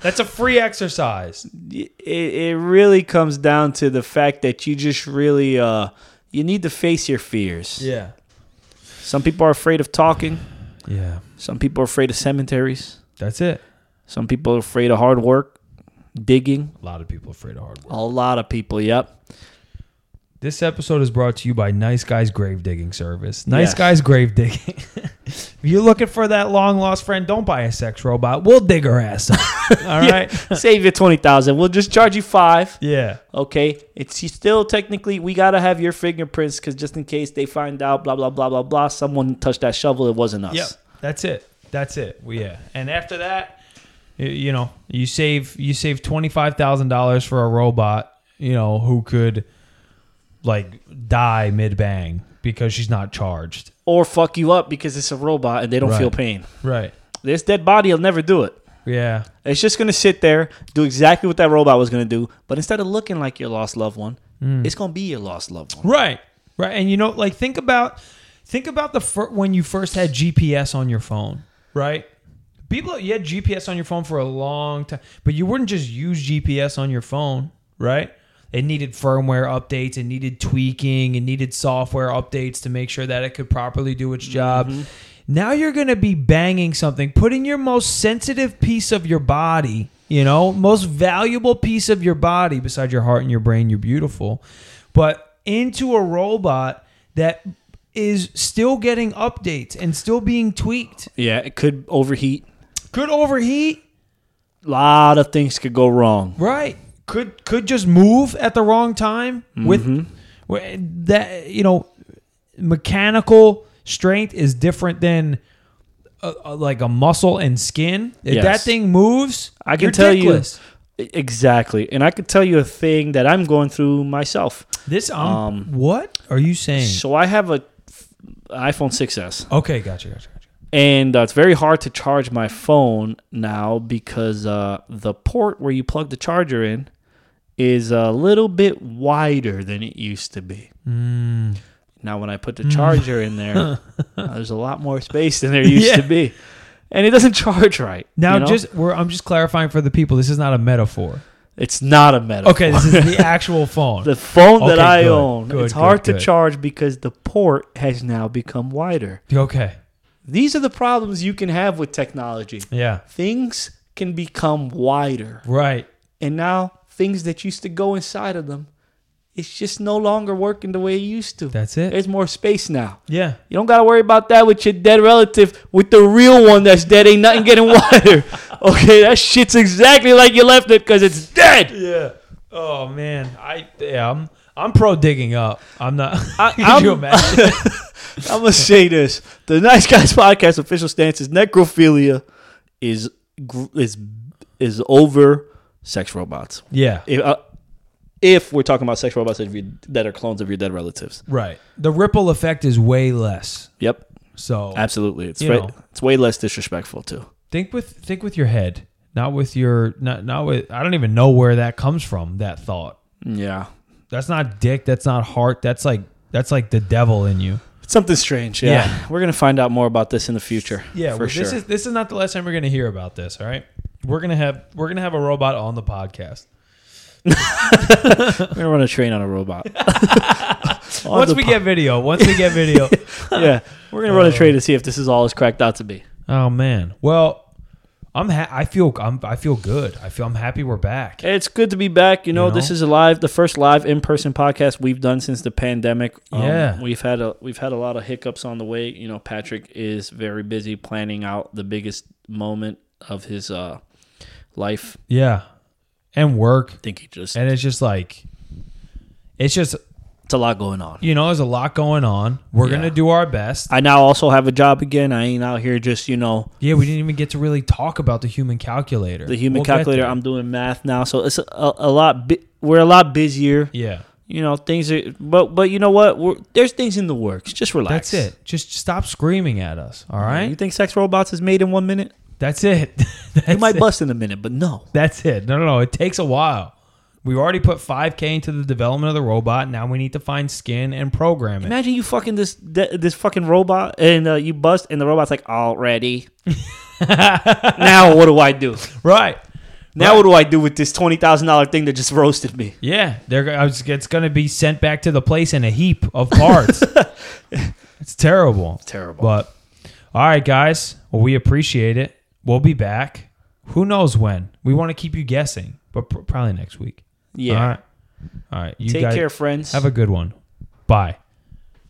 [SPEAKER 2] That's a free exercise.
[SPEAKER 1] it, it really comes down to the fact that you just really uh you need to face your fears
[SPEAKER 2] Yeah.
[SPEAKER 1] some people are afraid of talking
[SPEAKER 2] Yeah.
[SPEAKER 1] some people are afraid of cemeteries
[SPEAKER 2] That's it.
[SPEAKER 1] some people are afraid of hard work digging
[SPEAKER 2] A lot of people afraid of hard work.
[SPEAKER 1] a lot of people
[SPEAKER 2] [laughs]
[SPEAKER 1] yep
[SPEAKER 2] This episode is brought to you by Nice Guys Grave Digging Service. Nice
[SPEAKER 1] Yes.
[SPEAKER 2] Guys Grave Digging. [laughs] if you're looking for that long lost friend, don't buy a sex robot. We'll dig her ass up. All right.
[SPEAKER 1] save your 20000 we'll just charge you five
[SPEAKER 2] yeah.
[SPEAKER 1] Okay, it's you still technically we gotta have your fingerprints because just in case they find out, blah blah blah blah blah, someone touched that shovel. It wasn't us.
[SPEAKER 2] Yep. That's it. That's it. We yeah. And after that, y- you know, you save you save twenty five thousand dollars for a robot, you know, who could like die mid bang because she's not charged.
[SPEAKER 1] Or fuck you up because it's a robot and they don't
[SPEAKER 2] Right.
[SPEAKER 1] feel pain.
[SPEAKER 2] Right.
[SPEAKER 1] This dead body will never do it.
[SPEAKER 2] Yeah.
[SPEAKER 1] It's just gonna sit there, do exactly what that robot was gonna do, but instead of looking like your lost loved one, it's gonna be your lost loved one.
[SPEAKER 2] Right. Right. And you know, like think about think about the fir- when you first had GPS on your phone, right? People you had GPS on your phone for a long time, but you wouldn't just use GPS on your phone, right? It needed firmware updates, it needed tweaking, it needed software updates to make sure that it could properly do its job. Now you're going to be banging something, putting your most sensitive piece of your body, you know, most valuable piece of your body beside your heart and your brain, you're beautiful but into a robot that is still getting updates and still being tweaked.
[SPEAKER 1] Yeah, it could overheat.
[SPEAKER 2] Could overheat,
[SPEAKER 1] A lot of things could go wrong.
[SPEAKER 2] right? Could could just move at the wrong time with
[SPEAKER 1] Mm-hmm.
[SPEAKER 2] wh- that you know mechanical strength is different than a, a- like a muscle and skin. If
[SPEAKER 1] Yes.
[SPEAKER 2] that thing moves,
[SPEAKER 1] I can
[SPEAKER 2] you're
[SPEAKER 1] tell you-
[SPEAKER 2] dickless.
[SPEAKER 1] E- Exactly, and I could tell you a thing that I'm going through myself.
[SPEAKER 2] this. Um,
[SPEAKER 1] Um,
[SPEAKER 2] what are you saying?
[SPEAKER 1] So I have a f- iPhone 6s.
[SPEAKER 2] okay, gotcha, gotcha, gotcha.
[SPEAKER 1] and uh, it's very hard to charge my phone now because uh, the port where you plug the charger in is a little bit wider than it used to be.
[SPEAKER 2] Mm.
[SPEAKER 1] Now, when I put the charger
[SPEAKER 2] [laughs]
[SPEAKER 1] in there, uh, there's a lot more space than there used
[SPEAKER 2] Yeah.
[SPEAKER 1] to be, and it doesn't charge right.
[SPEAKER 2] Now,
[SPEAKER 1] you know?
[SPEAKER 2] just we're, I'm just clarifying for the people. This is not a metaphor.
[SPEAKER 1] it's not a metaphor.
[SPEAKER 2] Okay, this is the actual phone.
[SPEAKER 1] [laughs] the phone that
[SPEAKER 2] Okay,
[SPEAKER 1] I
[SPEAKER 2] good,
[SPEAKER 1] own.
[SPEAKER 2] good,
[SPEAKER 1] it's
[SPEAKER 2] good,
[SPEAKER 1] hard to
[SPEAKER 2] good.
[SPEAKER 1] charge because the port has now become wider.
[SPEAKER 2] okay,
[SPEAKER 1] These are the problems you can have with technology.
[SPEAKER 2] yeah,
[SPEAKER 1] Things can become wider.
[SPEAKER 2] right.
[SPEAKER 1] and now things that used to go inside of them it's just no longer working the way it used to
[SPEAKER 2] That's it.
[SPEAKER 1] there's more space now
[SPEAKER 2] Yeah,
[SPEAKER 1] you don't gotta worry about that with your dead relative with the real one that's dead ain't nothing getting wider [laughs] okay that shit's exactly like you left it because it's dead
[SPEAKER 2] yeah. Oh man, I yeah, I'm I'm pro digging up. I'm not. [laughs] could
[SPEAKER 1] I'm-
[SPEAKER 2] you imagine? [laughs]
[SPEAKER 1] i'm gonna say this the nice guys podcast official stance is necrophilia is gr- is is over sex robots
[SPEAKER 2] yeah,
[SPEAKER 1] if, uh, if we're talking about sex robots that are- that are clones of your dead relatives
[SPEAKER 2] right. The ripple effect is way less.
[SPEAKER 1] yep
[SPEAKER 2] So
[SPEAKER 1] Absolutely, it's
[SPEAKER 2] You
[SPEAKER 1] way,
[SPEAKER 2] know.
[SPEAKER 1] it's way less disrespectful too.
[SPEAKER 2] think with think with your head, not with your not not with. I don't even know where that comes from. That thought.
[SPEAKER 1] Yeah,
[SPEAKER 2] That's not dick. That's not heart. That's like that's like the devil in you.
[SPEAKER 1] it's something strange. Yeah.
[SPEAKER 2] Yeah.
[SPEAKER 1] we're gonna find out more about this in the future.
[SPEAKER 2] Yeah,
[SPEAKER 1] for
[SPEAKER 2] well,
[SPEAKER 1] sure.
[SPEAKER 2] This is this is not the last time we're gonna hear about this. All right, we're gonna have we're gonna have a robot on the podcast.
[SPEAKER 1] we're gonna run a train on a robot. [laughs] On
[SPEAKER 2] once
[SPEAKER 1] the
[SPEAKER 2] we get video, once we get
[SPEAKER 1] [laughs]
[SPEAKER 2] video.
[SPEAKER 1] po- yeah, we're gonna run a train to see if this is all it's cracked out to be.
[SPEAKER 2] oh man. Well, I'm ha- I feel I'm, I feel good. I feel I'm happy we're back.
[SPEAKER 1] It's good to be back. You know,
[SPEAKER 2] You know?
[SPEAKER 1] this is a live, the first live in person podcast we've done since the pandemic. Um,
[SPEAKER 2] Yeah.
[SPEAKER 1] we've had a we've had a lot of hiccups on the way. You know, Patrick is very busy planning out the biggest moment of his uh, life.
[SPEAKER 2] Yeah, and work,
[SPEAKER 1] I think he just
[SPEAKER 2] and it's just like, it's just
[SPEAKER 1] it's a lot going on.
[SPEAKER 2] you know, there's a lot going on. We're
[SPEAKER 1] Yeah.
[SPEAKER 2] gonna do our best.
[SPEAKER 1] I now also have a job again. I ain't out here just you know
[SPEAKER 2] yeah, we didn't even get to really talk about the human calculator.
[SPEAKER 1] the human
[SPEAKER 2] We'll get
[SPEAKER 1] calculator.
[SPEAKER 2] there.
[SPEAKER 1] I'm doing math now, so it's a, a, a lot. Bu- we're a lot busier.
[SPEAKER 2] yeah,
[SPEAKER 1] You know, things are. But but you know what? We're, there's things in the works. Just relax.
[SPEAKER 2] that's it. Just stop screaming at us. All
[SPEAKER 1] You
[SPEAKER 2] right,
[SPEAKER 1] think sex robots is made in one minute?
[SPEAKER 2] that's it. [laughs] that's
[SPEAKER 1] It might
[SPEAKER 2] it.
[SPEAKER 1] bust in a minute, but no.
[SPEAKER 2] That's it. No, no, no. It takes a while. We already put 5K into the development of the robot. Now we need to find skin and program it.
[SPEAKER 1] Imagine you fucking this de- this fucking robot and uh, you bust and the robot's like already. [laughs] now what do I do?
[SPEAKER 2] [laughs] Right.
[SPEAKER 1] Now what do I do with this twenty thousand dollar thing that just roasted me?
[SPEAKER 2] Yeah. They're, go- I was- it's going to be sent back to the place in a heap of
[SPEAKER 1] [laughs]
[SPEAKER 2] parts. it's terrible.
[SPEAKER 1] Terrible.
[SPEAKER 2] But all right, guys. Well, we appreciate it. We'll be back. Who knows when? We want to keep you guessing, but pr- probably next week.
[SPEAKER 1] yeah.
[SPEAKER 2] All right. All right. You
[SPEAKER 1] Take
[SPEAKER 2] guys
[SPEAKER 1] care, friends.
[SPEAKER 2] Have a good one. Bye.